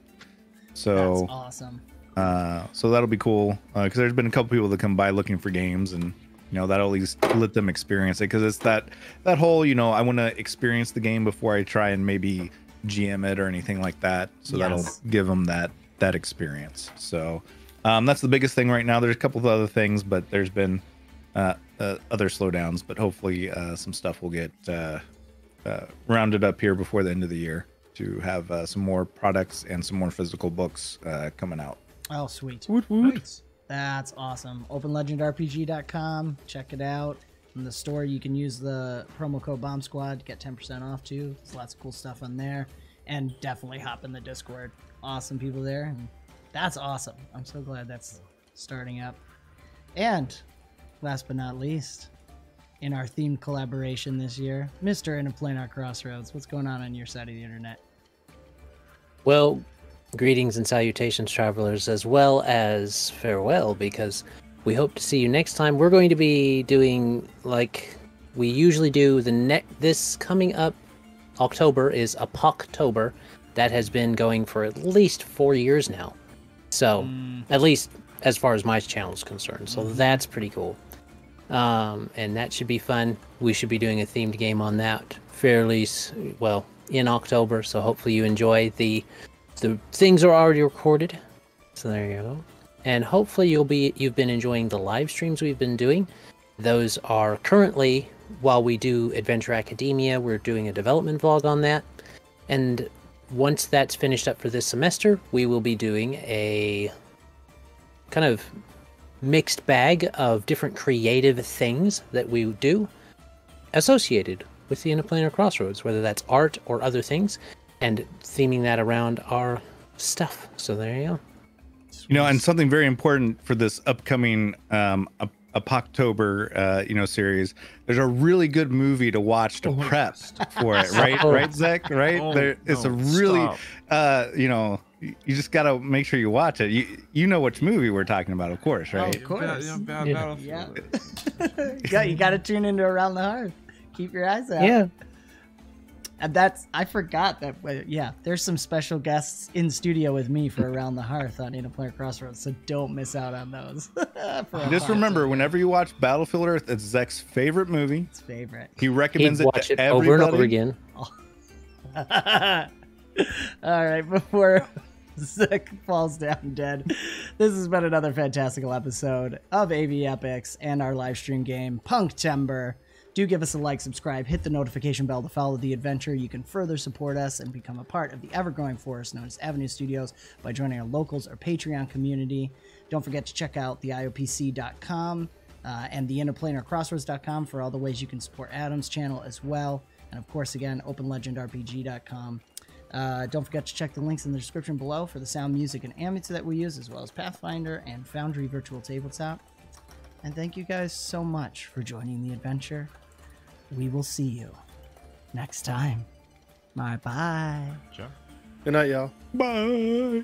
That's So awesome. uh, so that'll be cool because there's been a couple people that come by looking for games and you know that'll at least let them experience it because it's that that whole you know I want to experience the game before I try and maybe GM it or anything like that. So Yes. that'll give them that that experience. So um, that's the biggest thing right now. There's a couple of other things, but there's been uh, uh, other slowdowns. But hopefully uh, some stuff will get uh, uh, rounded up here before the end of the year to have uh, some more products and some more physical books uh, coming out. Oh, sweet. Nice. That's awesome. OpenLegendRPG.com. Check it out. In the store, you can use the promo code Bomb Squad to get 10% off too. There's lots of cool stuff on there. And definitely hop in the Discord. Awesome people there. And that's awesome. I'm so glad that's starting up. And last but not least, in our themed collaboration this year, Mr. Interplanar Crossroads. What's going on on your side of the internet? Well, greetings and salutations, travelers, as well as farewell, because we hope to see you next time. We're going to be doing like we usually do. The net this coming up October is Apoctober. That has been going for at least four years now. So, at least as far as my channel is concerned. So that's pretty cool. Um, and that should be fun. We should be doing a themed game on that fairly s- well in October. So hopefully you enjoy the the things are already recorded. So there you go. And hopefully you'll be you've been enjoying the live streams we've been doing. Those are currently while we do Adventure Academia, we're doing a development vlog on that. And once that's finished up for this semester, we will be doing a kind of mixed bag of different creative things that we do associated with the interplanar crossroads, whether that's art or other things, and theming that around our stuff. So there you go. You know, and something very important for this upcoming um, Ap- Apoctober, uh, you know, series. There's a really good movie to watch to prep for it, right? Oh. Right, Zach? Right? Oh, there, it's a no, really, stop. uh, you know, you you just gotta make sure you watch it. You you know which movie we're talking about, of course, Oh, right? Of course. Yeah, bad Yeah. Battlefield. yeah, you got to tune into Around the Hearth. Keep your eyes out. Yeah. And that's I forgot that. uh, Yeah, there's some special guests in studio with me for Around the Hearth on Interplayer Crossroads, so don't miss out on those. For a Just fun- remember, whenever you watch Battlefield Earth, it's Zach's favorite movie. it's favorite. He He'd recommends it watch to it everybody. over and over again. All right, before Zach falls down dead, this has been another fantastical episode of AV Epics and our live stream game, Punk Timber. Do give us a like, subscribe, hit the notification bell to follow the adventure. You can further support us and become a part of the ever growing forest known as Avenue Studios by joining our locals or Patreon community. Don't forget to check out the IOPC.com uh, and the interplanarcrossroads.com for all the ways you can support Adam's channel as well. And of course, again, openlegendrpg.com. Uh, don't forget to check the links in the description below for the sound, music, and ambience that we use, as well as Pathfinder and Foundry Virtual Tabletop. And thank you guys so much for joining the adventure. We will see you next time. Bye bye. Good night, y'all. Bye.